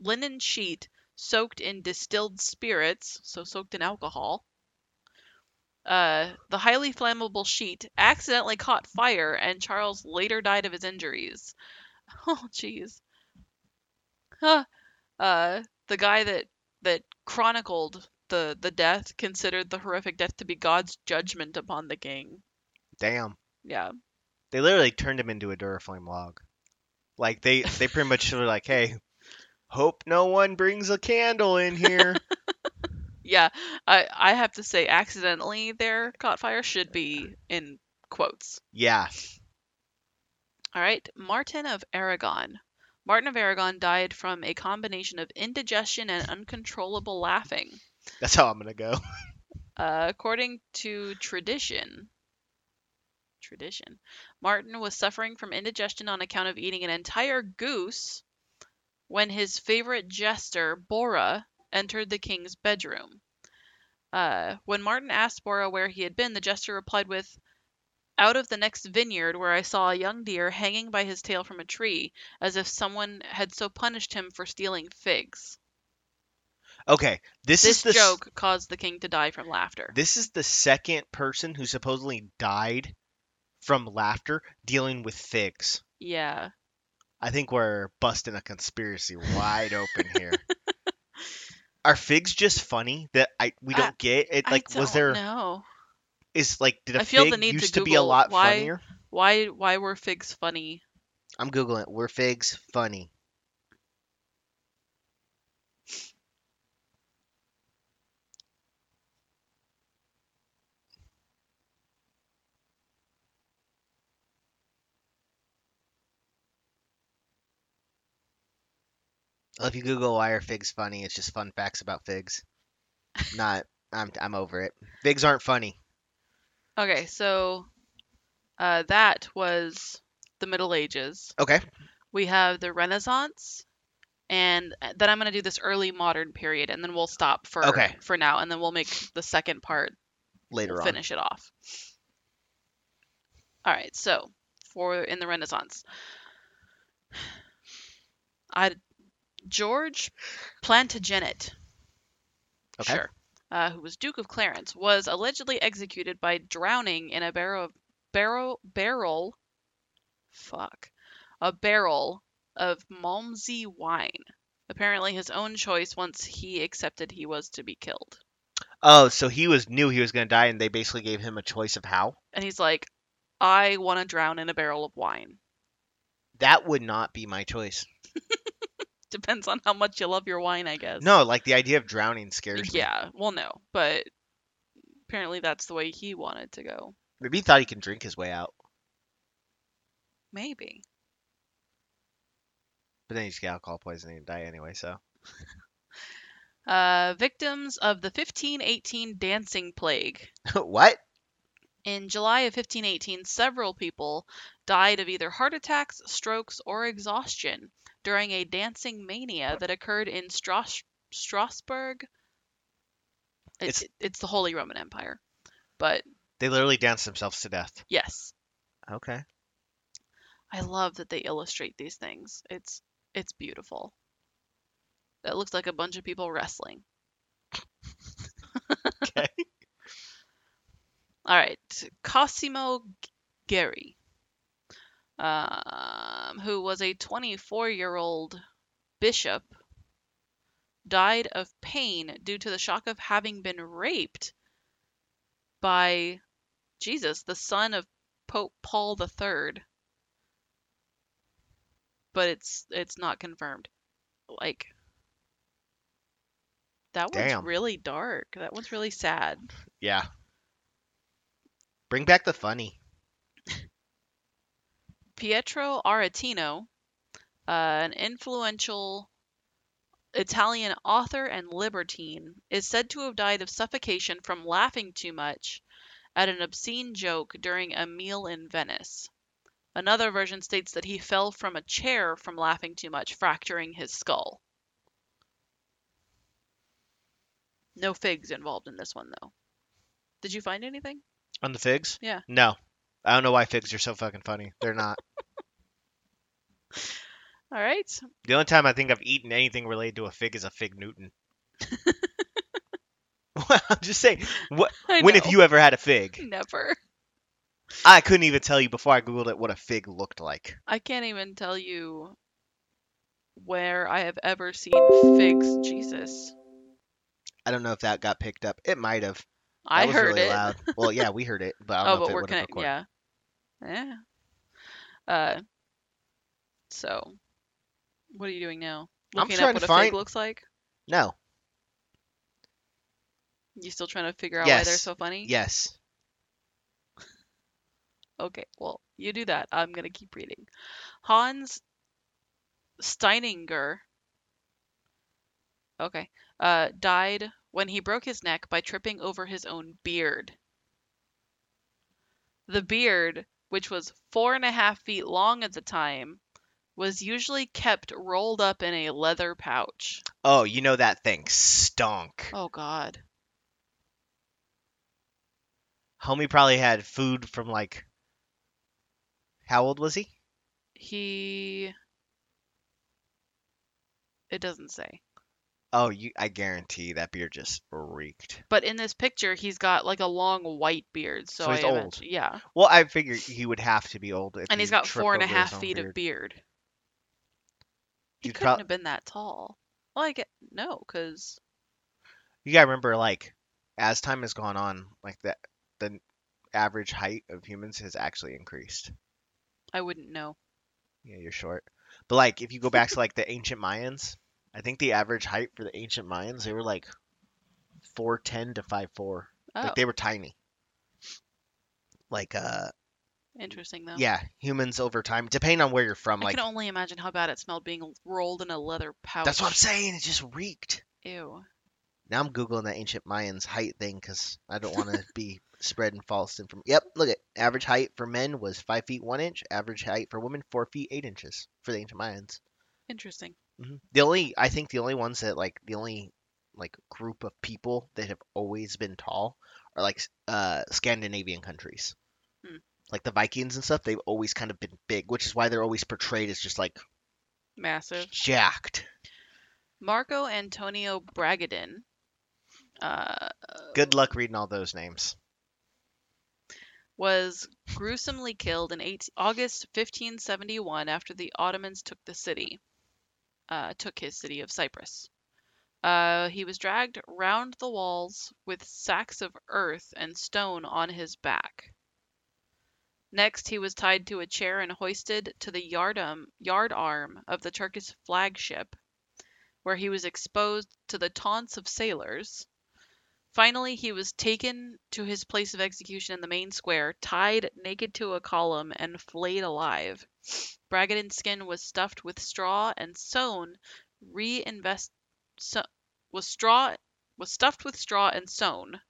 linen sheet soaked in distilled spirits, so soaked in alcohol. Uh, the highly flammable sheet accidentally caught fire, and Charles later died of his injuries. <laughs> Oh, jeez. Huh. Uh, the guy that that chronicled the the death considered the horrific death to be God's judgment upon the king. Damn. Yeah. They literally turned him into a Duraflame log. Like they they pretty much were like, hey, hope no one brings a candle <laughs> in here. Yeah. I I have to say accidentally there caught fire should be in quotes. yeah. All right, Martin of Aragon. Martin of Aragon died from a combination of indigestion and uncontrollable laughing. That's how I'm gonna go. Uh, according to tradition, tradition, Martin was suffering from indigestion on account of eating an entire goose when his favorite jester, Bora, entered the king's bedroom. Uh, when Martin asked Bora where he had been, the jester replied with, Out of the next vineyard where I saw a young deer hanging by his tail from a tree, as if someone had so punished him for stealing figs. Okay. This, This is the s- joke caused the king to die from laughter. This is the second person who supposedly died from laughter dealing with figs. yeah. I think we're busting a conspiracy wide open here. <laughs> Are figs just funny that I we I- don't get it? I Like, don't was there is know like did a I feel the fig need to used to, be a Google lot why- funnier? why why were figs funny I'm googling. It. Were figs funny? Well, if you Google why are figs funny, it's just fun facts about figs. Not. I'm I'm over it. Figs aren't funny. okay so uh, that was the middle ages Okay. we have the renaissance and uh, then i'm going to do this early modern period and then we'll stop for Okay. for now and then we'll make the second part Later we'll on. finish it off all right so for in the renaissance i george plantagenet Okay. Sure. Uh, who was Duke of Clarence, was allegedly executed by drowning in a barrel barrel barrel fuck a barrel of Malmsey wine. Apparently his own choice once he accepted he was to be killed. Oh, so he was knew he was gonna die, and they basically gave him a choice of how. And he's like, I want to drown in a barrel of wine. <laughs> That would not be my choice. Depends on how much you love your wine, I guess. No, like the idea of drowning scares me. Yeah, well, no, but apparently that's the way he wanted to go. Maybe he thought he can drink his way out, Maybe. but then he just get alcohol poisoning and die anyway. So <laughs> Uh, victims of the 1518 dancing plague. what? In July of 1518, several people died of either heart attacks, strokes, or exhaustion during a dancing mania that occurred in Stras- Strasbourg. It- It's- it- it's the Holy Roman Empire. But They literally danced themselves to death. yes, Okay. I love that they illustrate these things. It's it's beautiful. That looks like a bunch of people wrestling. Okay. All All right, Cosimo Gary, um, who was a 24-year-old bishop, died of pain due to the shock of having been raped by Jesus, the son of Pope Paul III. But it's it's not confirmed. Like that one's Damn. really dark. That one's really sad. Yeah. Bring back the funny. Pietro Aretino, uh, an influential Italian author and libertine, is said to have died of suffocation from laughing too much at an obscene joke during a meal in Venice. Another version states that he fell from a chair from laughing too much, fracturing his skull. No figs involved in this one, though. Did you find anything? On the figs? Yeah. No. I don't know why figs are so fucking funny. They're not. All right. <laughs> the only time I think I've eaten anything related to a fig is a <laughs> fig Newton. <laughs> Well, I'm just saying. What, I when have know. you ever had a fig? <laughs> Never. I couldn't even tell you before I googled it what a fig looked like. I can't even tell you where I have ever seen figs. Jesus, I don't know if that got picked up. It might have. That I was heard really it. loud. <laughs> Well, yeah, we heard it, but I don't Oh, know but if it we're would have gonna recorded. yeah, yeah. Uh, so what are you doing now? I'm Looking trying up what to a find- fig looks like. No. You still trying to figure out why they're Yes. so funny? Yes. Okay, well, you do that. I'm going to keep reading. Hans Steininger, okay, uh, died when he broke his neck by tripping over his own beard. The beard, which was four and a half feet long at the time, was usually kept rolled up in a leather pouch. Oh, you know that thing stunk. Oh, God. Homie probably had food from like. How old was he? He. It doesn't say. Oh, you. I guarantee that beer just reeked. But in this picture, he's got like a long white beard. So, So he's I old. imagine- yeah, Well, I figured he would have to be old. If and he's he got tripped four and a over his half own feet beard. of beard. He You'd couldn't prob- have been that tall. Well, I get no, because You gotta remember, like, as time has gone on, like that the average height of humans has actually increased. I wouldn't know. Yeah, you're short. But like, if you go back to like the ancient Mayans, I think the average height for the ancient Mayans they were like four ten to five four. Oh, Like they were tiny. Like uh interesting though. yeah, humans over time, depending on where you're from, Oh. I like can only imagine how bad it smelled being l- rolled in a leather pouch. that's what I'm saying. It just reeked. Ew. Now I'm googling that ancient Mayans height thing because I don't want to be spreading false information. Yep, look at average height for men was five feet one inch. Average height for women four feet eight inches for the ancient Mayans. Interesting. hmm The only I think the only ones that like the only like group of people that have always been tall are like s- uh Scandinavian countries. Hmm. Like the Vikings and stuff, they've always kind of been big, which is why they're always portrayed as just like Massive. jacked. Marco Antonio Bragadin. Uh, Good luck reading all those names. was gruesomely killed in 18, August 1571 after the Ottomans took the city, uh, took his city of Cyprus. Uh, he was dragged round the walls with sacks of earth and stone on his back. Next, he was tied to a chair and hoisted to the yardum, yard arm of the Turkish flagship, where he was exposed to the taunts of sailors. Finally, he was taken to his place of execution in the main square, tied naked to a column, and flayed alive. Bragadin's skin was stuffed with straw and sewn, reinvest so, was straw was stuffed with straw and sewn,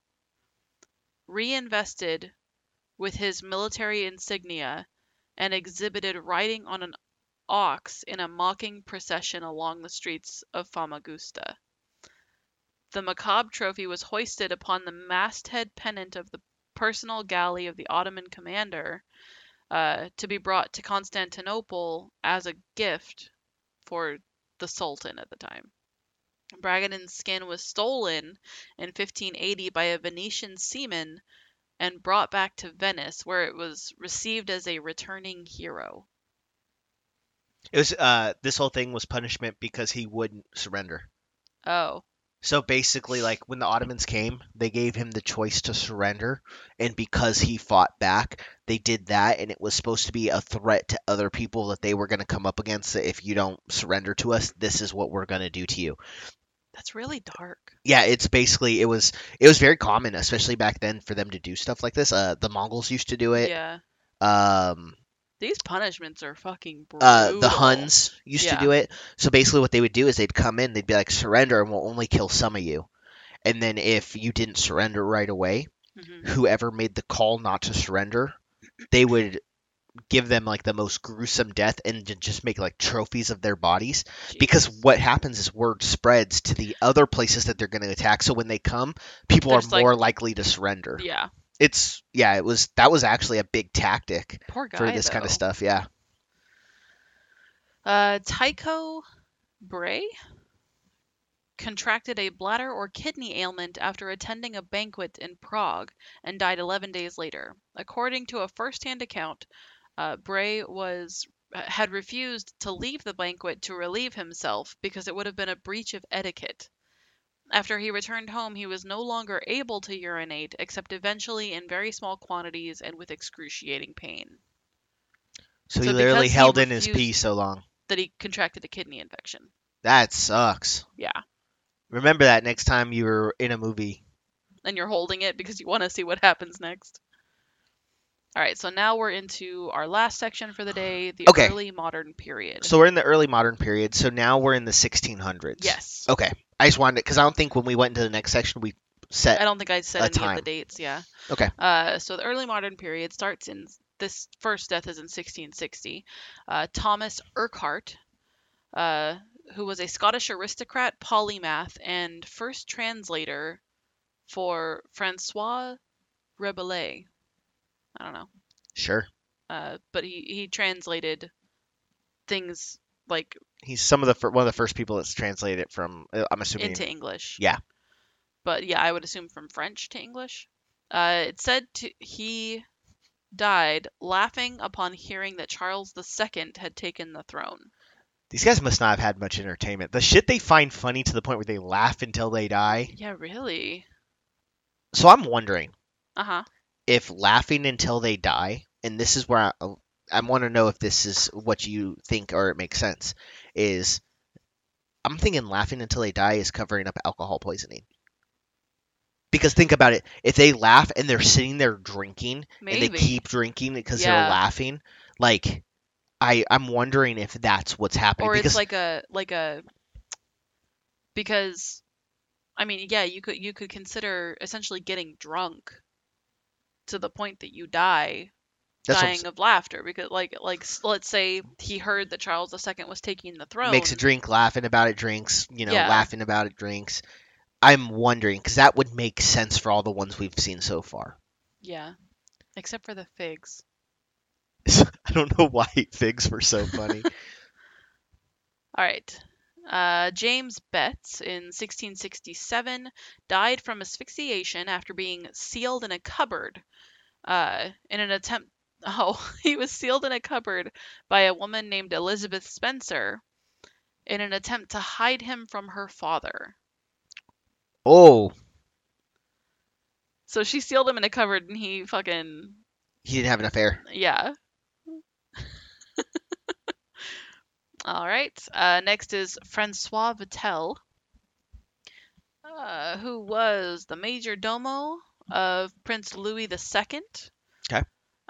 reinvested with his military insignia, and exhibited riding on an ox in a mocking procession along the streets of Famagusta. The macabre trophy was hoisted upon the masthead pennant of the personal galley of the Ottoman commander uh, to be brought to Constantinople as a gift for the Sultan at the time. Bragadin's skin was stolen in 1580 by a Venetian seaman and brought back to Venice, where it was received as a returning hero. It was uh, this whole thing was punishment because he wouldn't surrender. Oh, So basically, like when the Ottomans came, they gave him the choice to surrender, and because he fought back, they did that, and it was supposed to be a threat to other people that they were going to come up against. That if you don't surrender to us, this is what we're going to do to you. that's really dark. Yeah, it's basically it was it was very common, especially back then, for them to do stuff like this. Uh, the Mongols used to do it. yeah. Um, These punishments are fucking brutal. uh, the Huns used Yeah. to do it. So basically, what they would do is they'd come in, they'd be like, "Surrender, and we'll only kill some of you." And then if you didn't surrender right away, Mhm. whoever made the call not to surrender, they would give them like the most gruesome death and j- just make like trophies of their bodies because Jeez. what happens is word spreads to the other places that they're going to attack so when they come people There's, are like- more likely to surrender Yeah. it's yeah it was that was actually a big tactic Poor guy. for this kind of though. stuff yeah Uh, Tycho Bray contracted a bladder or kidney ailment after attending a banquet in Prague and died 11 days later. According to a first-hand account, uh, Bray was uh, had refused to leave the banquet to relieve himself because it would have been a breach of etiquette. After he returned home, he was no longer able to urinate except eventually in very small quantities and with excruciating pain. so, So he literally because he held in his refused- pee so long That he contracted a kidney infection. That sucks. Yeah. Remember that next time you were in a movie. and you're holding it because you want to see what happens next. All right, so now we're into our last section for the day, the Okay. early modern period. So we're in the early modern period. So now we're in the 1600s. yes. Okay. I just wanted because I don't think when we went into the next section we set. I don't think I said a any of time. the dates, yeah. Okay. Uh, so the early modern period starts in this first death is in 1660. Uh, Thomas Urquhart, uh, who was a Scottish aristocrat, polymath, and first translator for Francois Rabelais. I don't know. Sure. uh, but he, he translated things like He's some of the fir- one of the first people that's translated it from. uh, I'm assuming. into English. yeah. But yeah, I would assume from French to English. Uh, it said to, he died laughing upon hearing that Charles II had taken the throne. These guys must not have had much entertainment. The shit they find funny to the point where they laugh until they die. Yeah, really? So I'm wondering Uh huh. if laughing until they die, and this is where I, uh, I want to know if this is what you think or it makes sense, is I'm thinking laughing until they die is covering up alcohol poisoning. Because think about it, if they laugh and they're sitting there drinking Maybe. and they keep drinking because Yeah. they're laughing, like I I'm wondering if that's what's happening. or because it's like a like a because I mean, yeah, you could you could consider essentially getting drunk to the point that you die that's what I'm dying of laughter because like like s- let's say he heard that Charles II was taking the throne. makes a drink laughing about it drinks you know Yeah. laughing about it drinks i'm wondering because that would make sense for all the ones we've seen so far <laughs> Yeah. Except for the figs. i don't know why <laughs> figs were <laughs> so funny All right. Uh, James Betts in 1667 died from asphyxiation after being sealed in a cupboard uh, in an attempt. <laughs> Oh, he was sealed in a cupboard by a woman named Elizabeth Spencer in an attempt to hide him from her father. oh So she sealed him in a cupboard and he fucking he didn't have enough air Yeah. All right. Uh, next is Francois Vittel, uh, who was the major domo of Prince Louis II. Okay.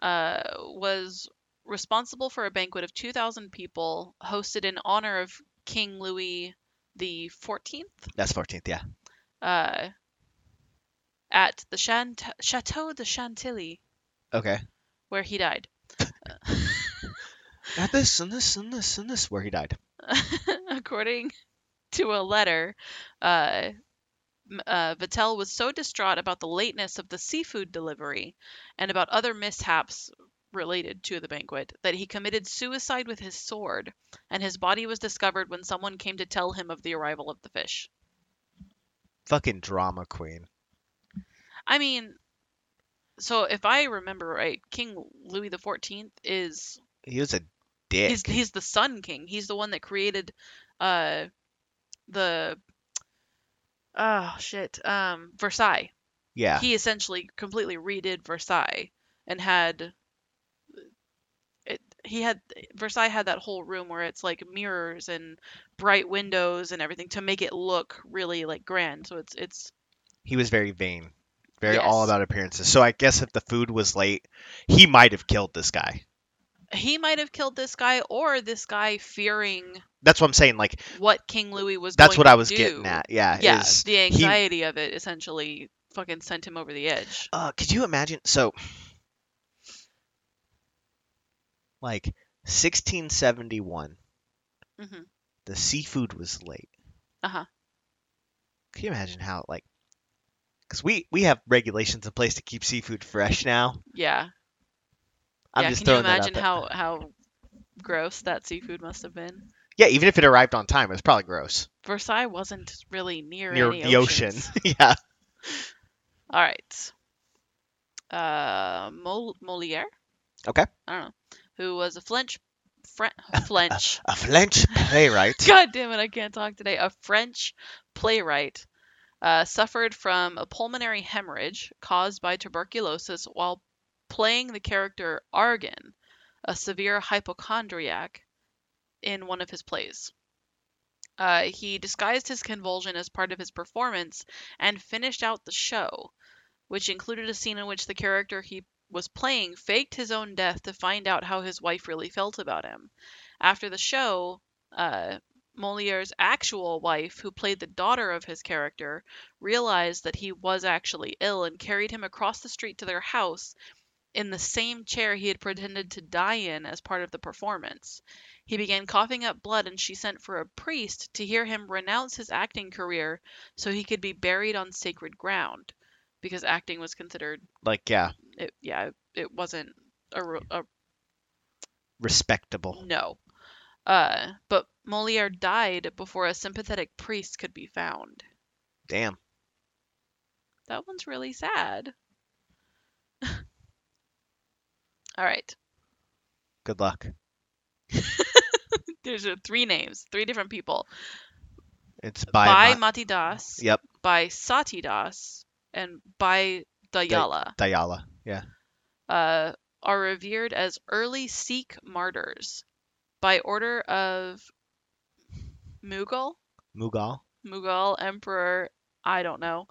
Uh, was responsible for a banquet of 2,000 people hosted in honor of King Louis the 14th that's 14th yeah uh, at the Chant- Chateau de Chantilly, okay where he died. got this and this and this and this where he died according to a letter, uh, m- uh, Vattel was so distraught about the lateness of the seafood delivery and about other mishaps related to the banquet that he committed suicide with his sword, and his body was discovered when someone came to tell him of the arrival of the fish. fucking drama queen I mean, So if I remember right, King Louis the Fourteenth is He was a dick. he's he's the Sun King. He's the one that created, uh, the oh shit, um, Versailles. yeah. He essentially completely redid Versailles and had it. He had Versailles had that whole room where it's like mirrors and bright windows and everything to make it look really like grand. So it's it's he was very vain, very Yes. all about appearances. So I guess if the food was late, he might have killed this guy. he might have killed this guy or this guy fearing That's what I'm saying. Like what King Louis was. that's going what to I was do. getting at. Yeah. Yeah, is the he- anxiety of it essentially fucking sent him over the edge. uh, could you imagine? So, like 1671, hmm the seafood was late. Uh-huh. Can you imagine how like? Because we we have regulations in place to keep seafood fresh now. Yeah. I'm yeah. just Can you throwing imagine that up. how how gross that seafood must have been? Yeah, even if it arrived on time, it was probably gross. Versailles wasn't really near Near any the ocean. <laughs> oceans. yeah. All right. Uh, Mol- Moliere. Okay. I don't know. Who was a French, French, <laughs> French. A French playwright. <laughs> God damn it, I can't talk today. A French playwright uh, suffered from a pulmonary hemorrhage caused by tuberculosis while playing the character Argan, a severe hypochondriac, in one of his plays. Uh, he disguised his convulsion as part of his performance and finished out the show, which included a scene in which the character he was playing faked his own death to find out how his wife really felt about him. After the show, uh, Moliere's actual wife, who played the daughter of his character, realized that he was actually ill and carried him across the street to their house in the same chair he had pretended to die in as part of the performance. He began coughing up blood, and she sent for a priest to hear him renounce his acting career so he could be buried on sacred ground because acting was considered, Like, yeah, it, yeah, it wasn't a, re- a respectable. no. Uh, but Moliere died before a sympathetic priest could be found. Damn. That one's really sad. <laughs> All right. Good luck. There's uh, three names, three different people. It's by, By, Ma- Mati Das, Yep, by Sati Das, and by Dayala Dayala. Yeah. uh, are revered as early Sikh martyrs by order of Mughal, Mughal. Mughal emperor, I don't know,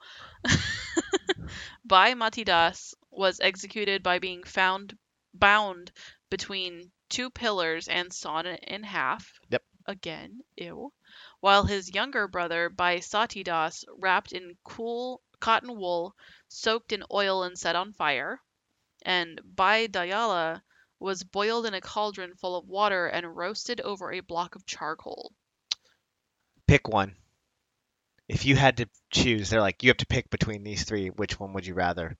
<laughs> by Matidas was executed by being found bound between two pillars and sawn in half. Yep. Again, ew. While his younger brother, by Satidas, wrapped in cool cotton wool, soaked in oil and set on fire, and by Dayala was boiled in a cauldron full of water and roasted over a block of charcoal. Pick one. If you had to choose, they're like, you have to pick between these three. Which one would you rather?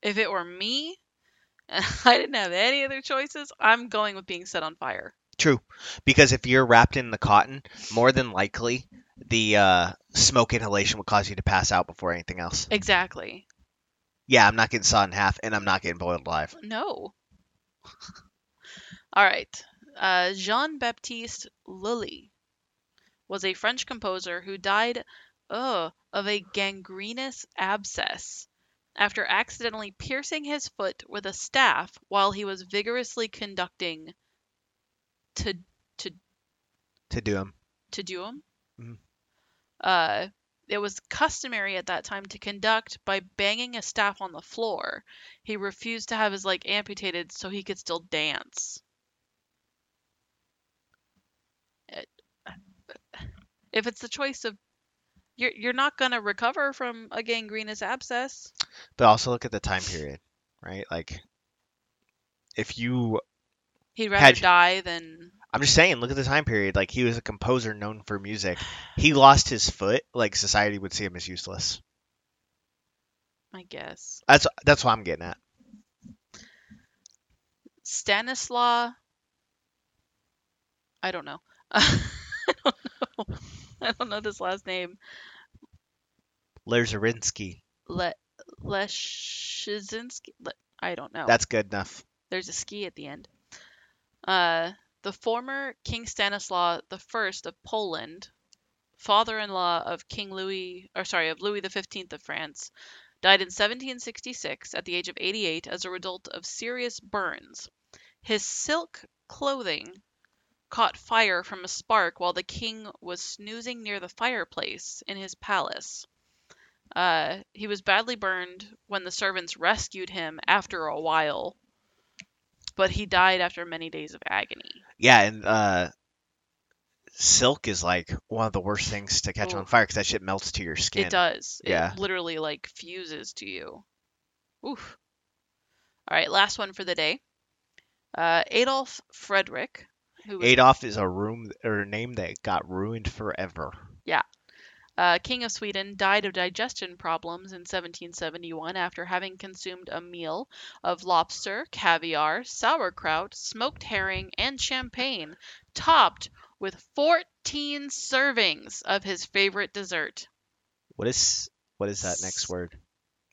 if it were me <laughs> and I didn't have any other choices, I'm going with being set on fire. True. Because if you're wrapped in the cotton, more than likely the uh, smoke inhalation will cause you to pass out before anything else. Exactly. Yeah, I'm not getting sawed in half, and I'm not getting boiled alive. No. <laughs> All right. Uh, Jean Baptiste Lully was a French composer who died ugh, of a gangrenous abscess after accidentally piercing his foot with a staff while he was vigorously conducting to To do them. to do them. Mhm. Uh, it was customary at that time to conduct by banging a staff on the floor. He refused to have his leg amputated so he could still dance. It- <sighs> If it's the choice of you're you're not gonna recover from a gangrenous abscess. But also look at the time period, right? Like, if you, He'd Had rather you- die than I'm just saying, look at the time period. Like, he was a composer known for music. He lost his foot. Like, society would see him as useless. I guess. That's that's what I'm getting at. Stanislaw. I don't know. <laughs> I don't know. I don't know this last name. Lerzerinsky. Le- Leshinsky. Le- I don't know. That's good enough. There's a ski at the end. Uh, the former King Stanislaw I of Poland, father-in-law of King Louis, or sorry, of Louis XV of France, died in 1766 at the age of 88 as a result of serious burns. His silk clothing caught fire from a spark while the king was snoozing near the fireplace in his palace. Uh, he was badly burned when the servants rescued him after a while, but he died after many days of agony. Yeah, and uh, silk is like one of the worst things to catch Ooh. on fire because that shit melts to your skin. It does. Yeah. It literally like fuses to you. Oof. All right, last one for the day. Uh, Adolf Frederick, who was Adolf is a room or a name that got ruined forever. uh, king of Sweden, died of digestion problems in 1771 after having consumed a meal of lobster, caviar, sauerkraut, smoked herring, and champagne, topped with 14 servings of his favorite dessert. What is what is that next word?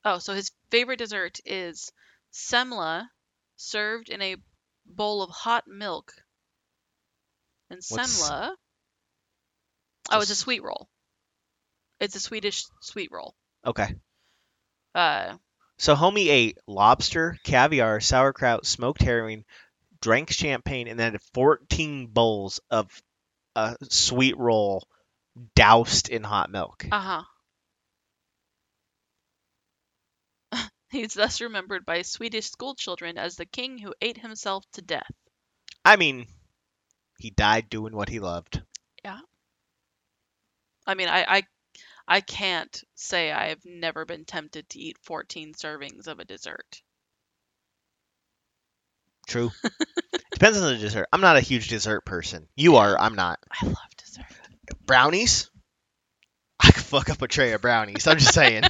Oh, so his favorite dessert is semla served in a bowl of hot milk. And What's- semla. Oh, it's a Just- sweet roll. It's a Swedish sweet roll. Okay. Uh, So homie ate lobster, caviar, sauerkraut, smoked herring, drank champagne, and then had 14 bowls of a sweet roll doused in hot milk. uh huh. <laughs> He's thus remembered by Swedish schoolchildren as the king who ate himself to death. I mean, he died doing what he loved. I mean, I, I, I can't say I've never been tempted to eat 14 servings of a dessert. True. Depends on the dessert. I'm not a huge dessert person. You are. I'm not. I love dessert. Brownies? I could fuck up a tray of brownies. I'm just saying.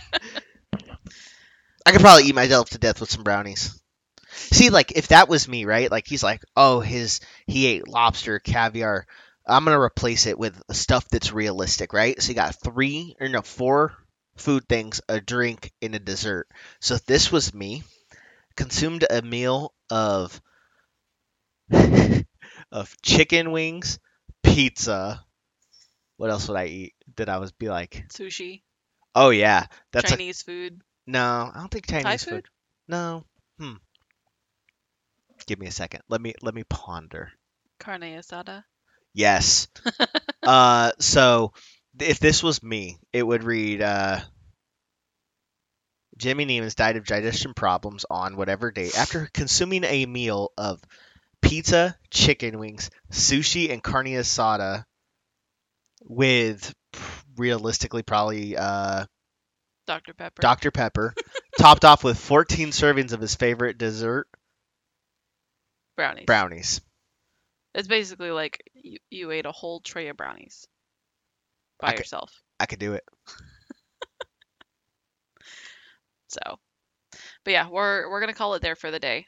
I could probably eat myself to death with some brownies. See, like if that was me, right? Like he's like, oh, his he ate lobster, caviar. I'm gonna replace it with stuff that's realistic, right? So you got three or no four food things, a drink, and a dessert. So if this was me, consumed a meal of <laughs> of chicken wings, pizza. What else would I eat that I would be like, Sushi. oh yeah, that's a Chinese food. no, I don't think Chinese Thai food. food? No. Hmm. Give me a second. Let me let me ponder. Carne asada. <laughs> Yes. uh so th- if this was me, it would read uh Jimmy Neiman's died of digestion problems on whatever date after consuming a meal of pizza, chicken wings, sushi, and carne asada with p- realistically probably uh Dr. Pepper. Dr. Pepper, topped off with 14 servings of his favorite dessert, brownies. brownies. It's basically like you, you ate a whole tray of brownies by I could- yourself. I could do it. So, but yeah, we're we're gonna call it there for the day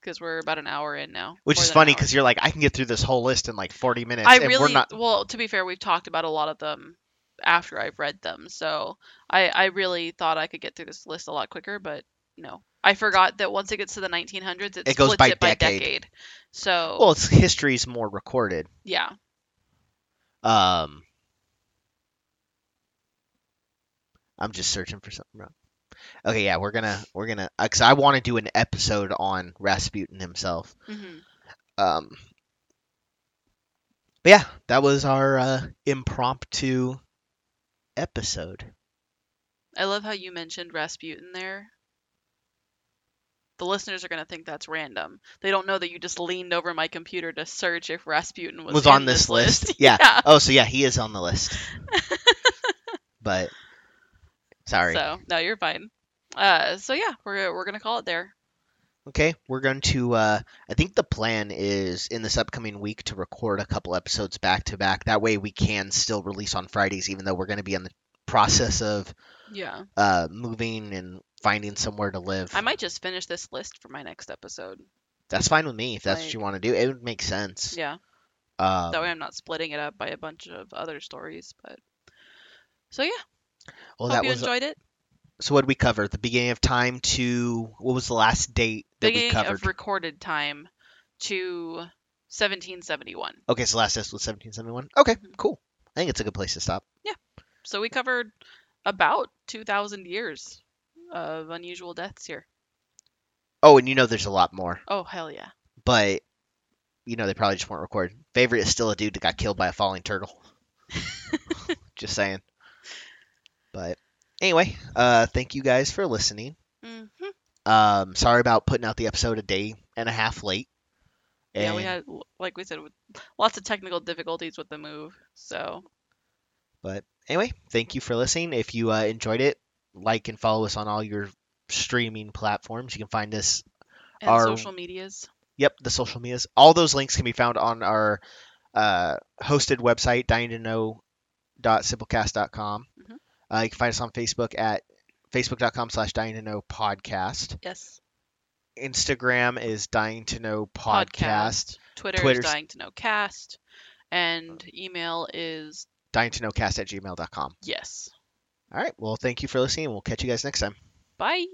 because we're about an hour in now. Which more is than an funny hour. because you're like, I can get through this whole list in like 40 minutes. I and really we're not. well. To be fair, we've talked about a lot of them after I've read them, so I I really thought I could get through this list a lot quicker, but no, I forgot that once it gets to the 1900s, it, It goes splits by it by decade. decade. So Well, it's history's more recorded. yeah, Um, I'm just searching for something wrong. Okay, yeah, we're gonna we're gonna because I want to do an episode on Rasputin himself. hmm Um, but yeah, that was our uh, impromptu episode. I love how you mentioned Rasputin there. The listeners are going to think that's random. They don't know that you just leaned over my computer to search if Rasputin was, was, on in this, list. <laughs> Yeah. Yeah. Oh, so yeah, he is on <laughs> the list. but sorry. So, no, you're fine. Uh, so yeah, we're we're going to call it there. Okay, we're going to. Uh, I think the plan is in this upcoming week to record a couple episodes back to back. That way, we can still release on Fridays, even though we're going to be in the process of Yeah. uh, moving and finding somewhere to live. I might just finish this list for my next episode. That's fine with me if that's what you Like- want to do. It would make sense. Yeah. Um, that way I'm not splitting it up by a bunch of other stories, but So yeah, hope well, oh, that you was enjoyed it. so what did we cover? At the beginning of time to what was the last date that we Beginning covered? of recorded time to 1771. okay, so last test was 1771. Okay, cool. I think it's a good place to stop. So we covered about 2,000 years of unusual deaths here. Oh, and you know there's a lot more, Oh, hell yeah. but you know they probably just weren't recorded. Favorite is still a dude that got killed by a falling <laughs> turtle. just saying. But anyway, uh, thank you guys for listening. hmm Um, sorry about putting out the episode a day and a half late. Yeah, we And- had, like we said, with lots of technical difficulties with the move. So But anyway, thank you for listening. If you uh, enjoyed it, like and follow us on all your streaming platforms. You can find us. and Our- social medias. Yep, the social medias. All those links can be found on our uh, hosted website, dyingtoknow.simplecast.com. Mhm. Uh, you can find us on Facebook at facebook.com slash dying to know podcast. Yes. Instagram is dying to know podcast. Twitter Twitter's- is dying to know cast, and email is dying to know cast at gmail.com. yes. All right. Well, thank you for listening. and We'll catch you guys next time. Bye.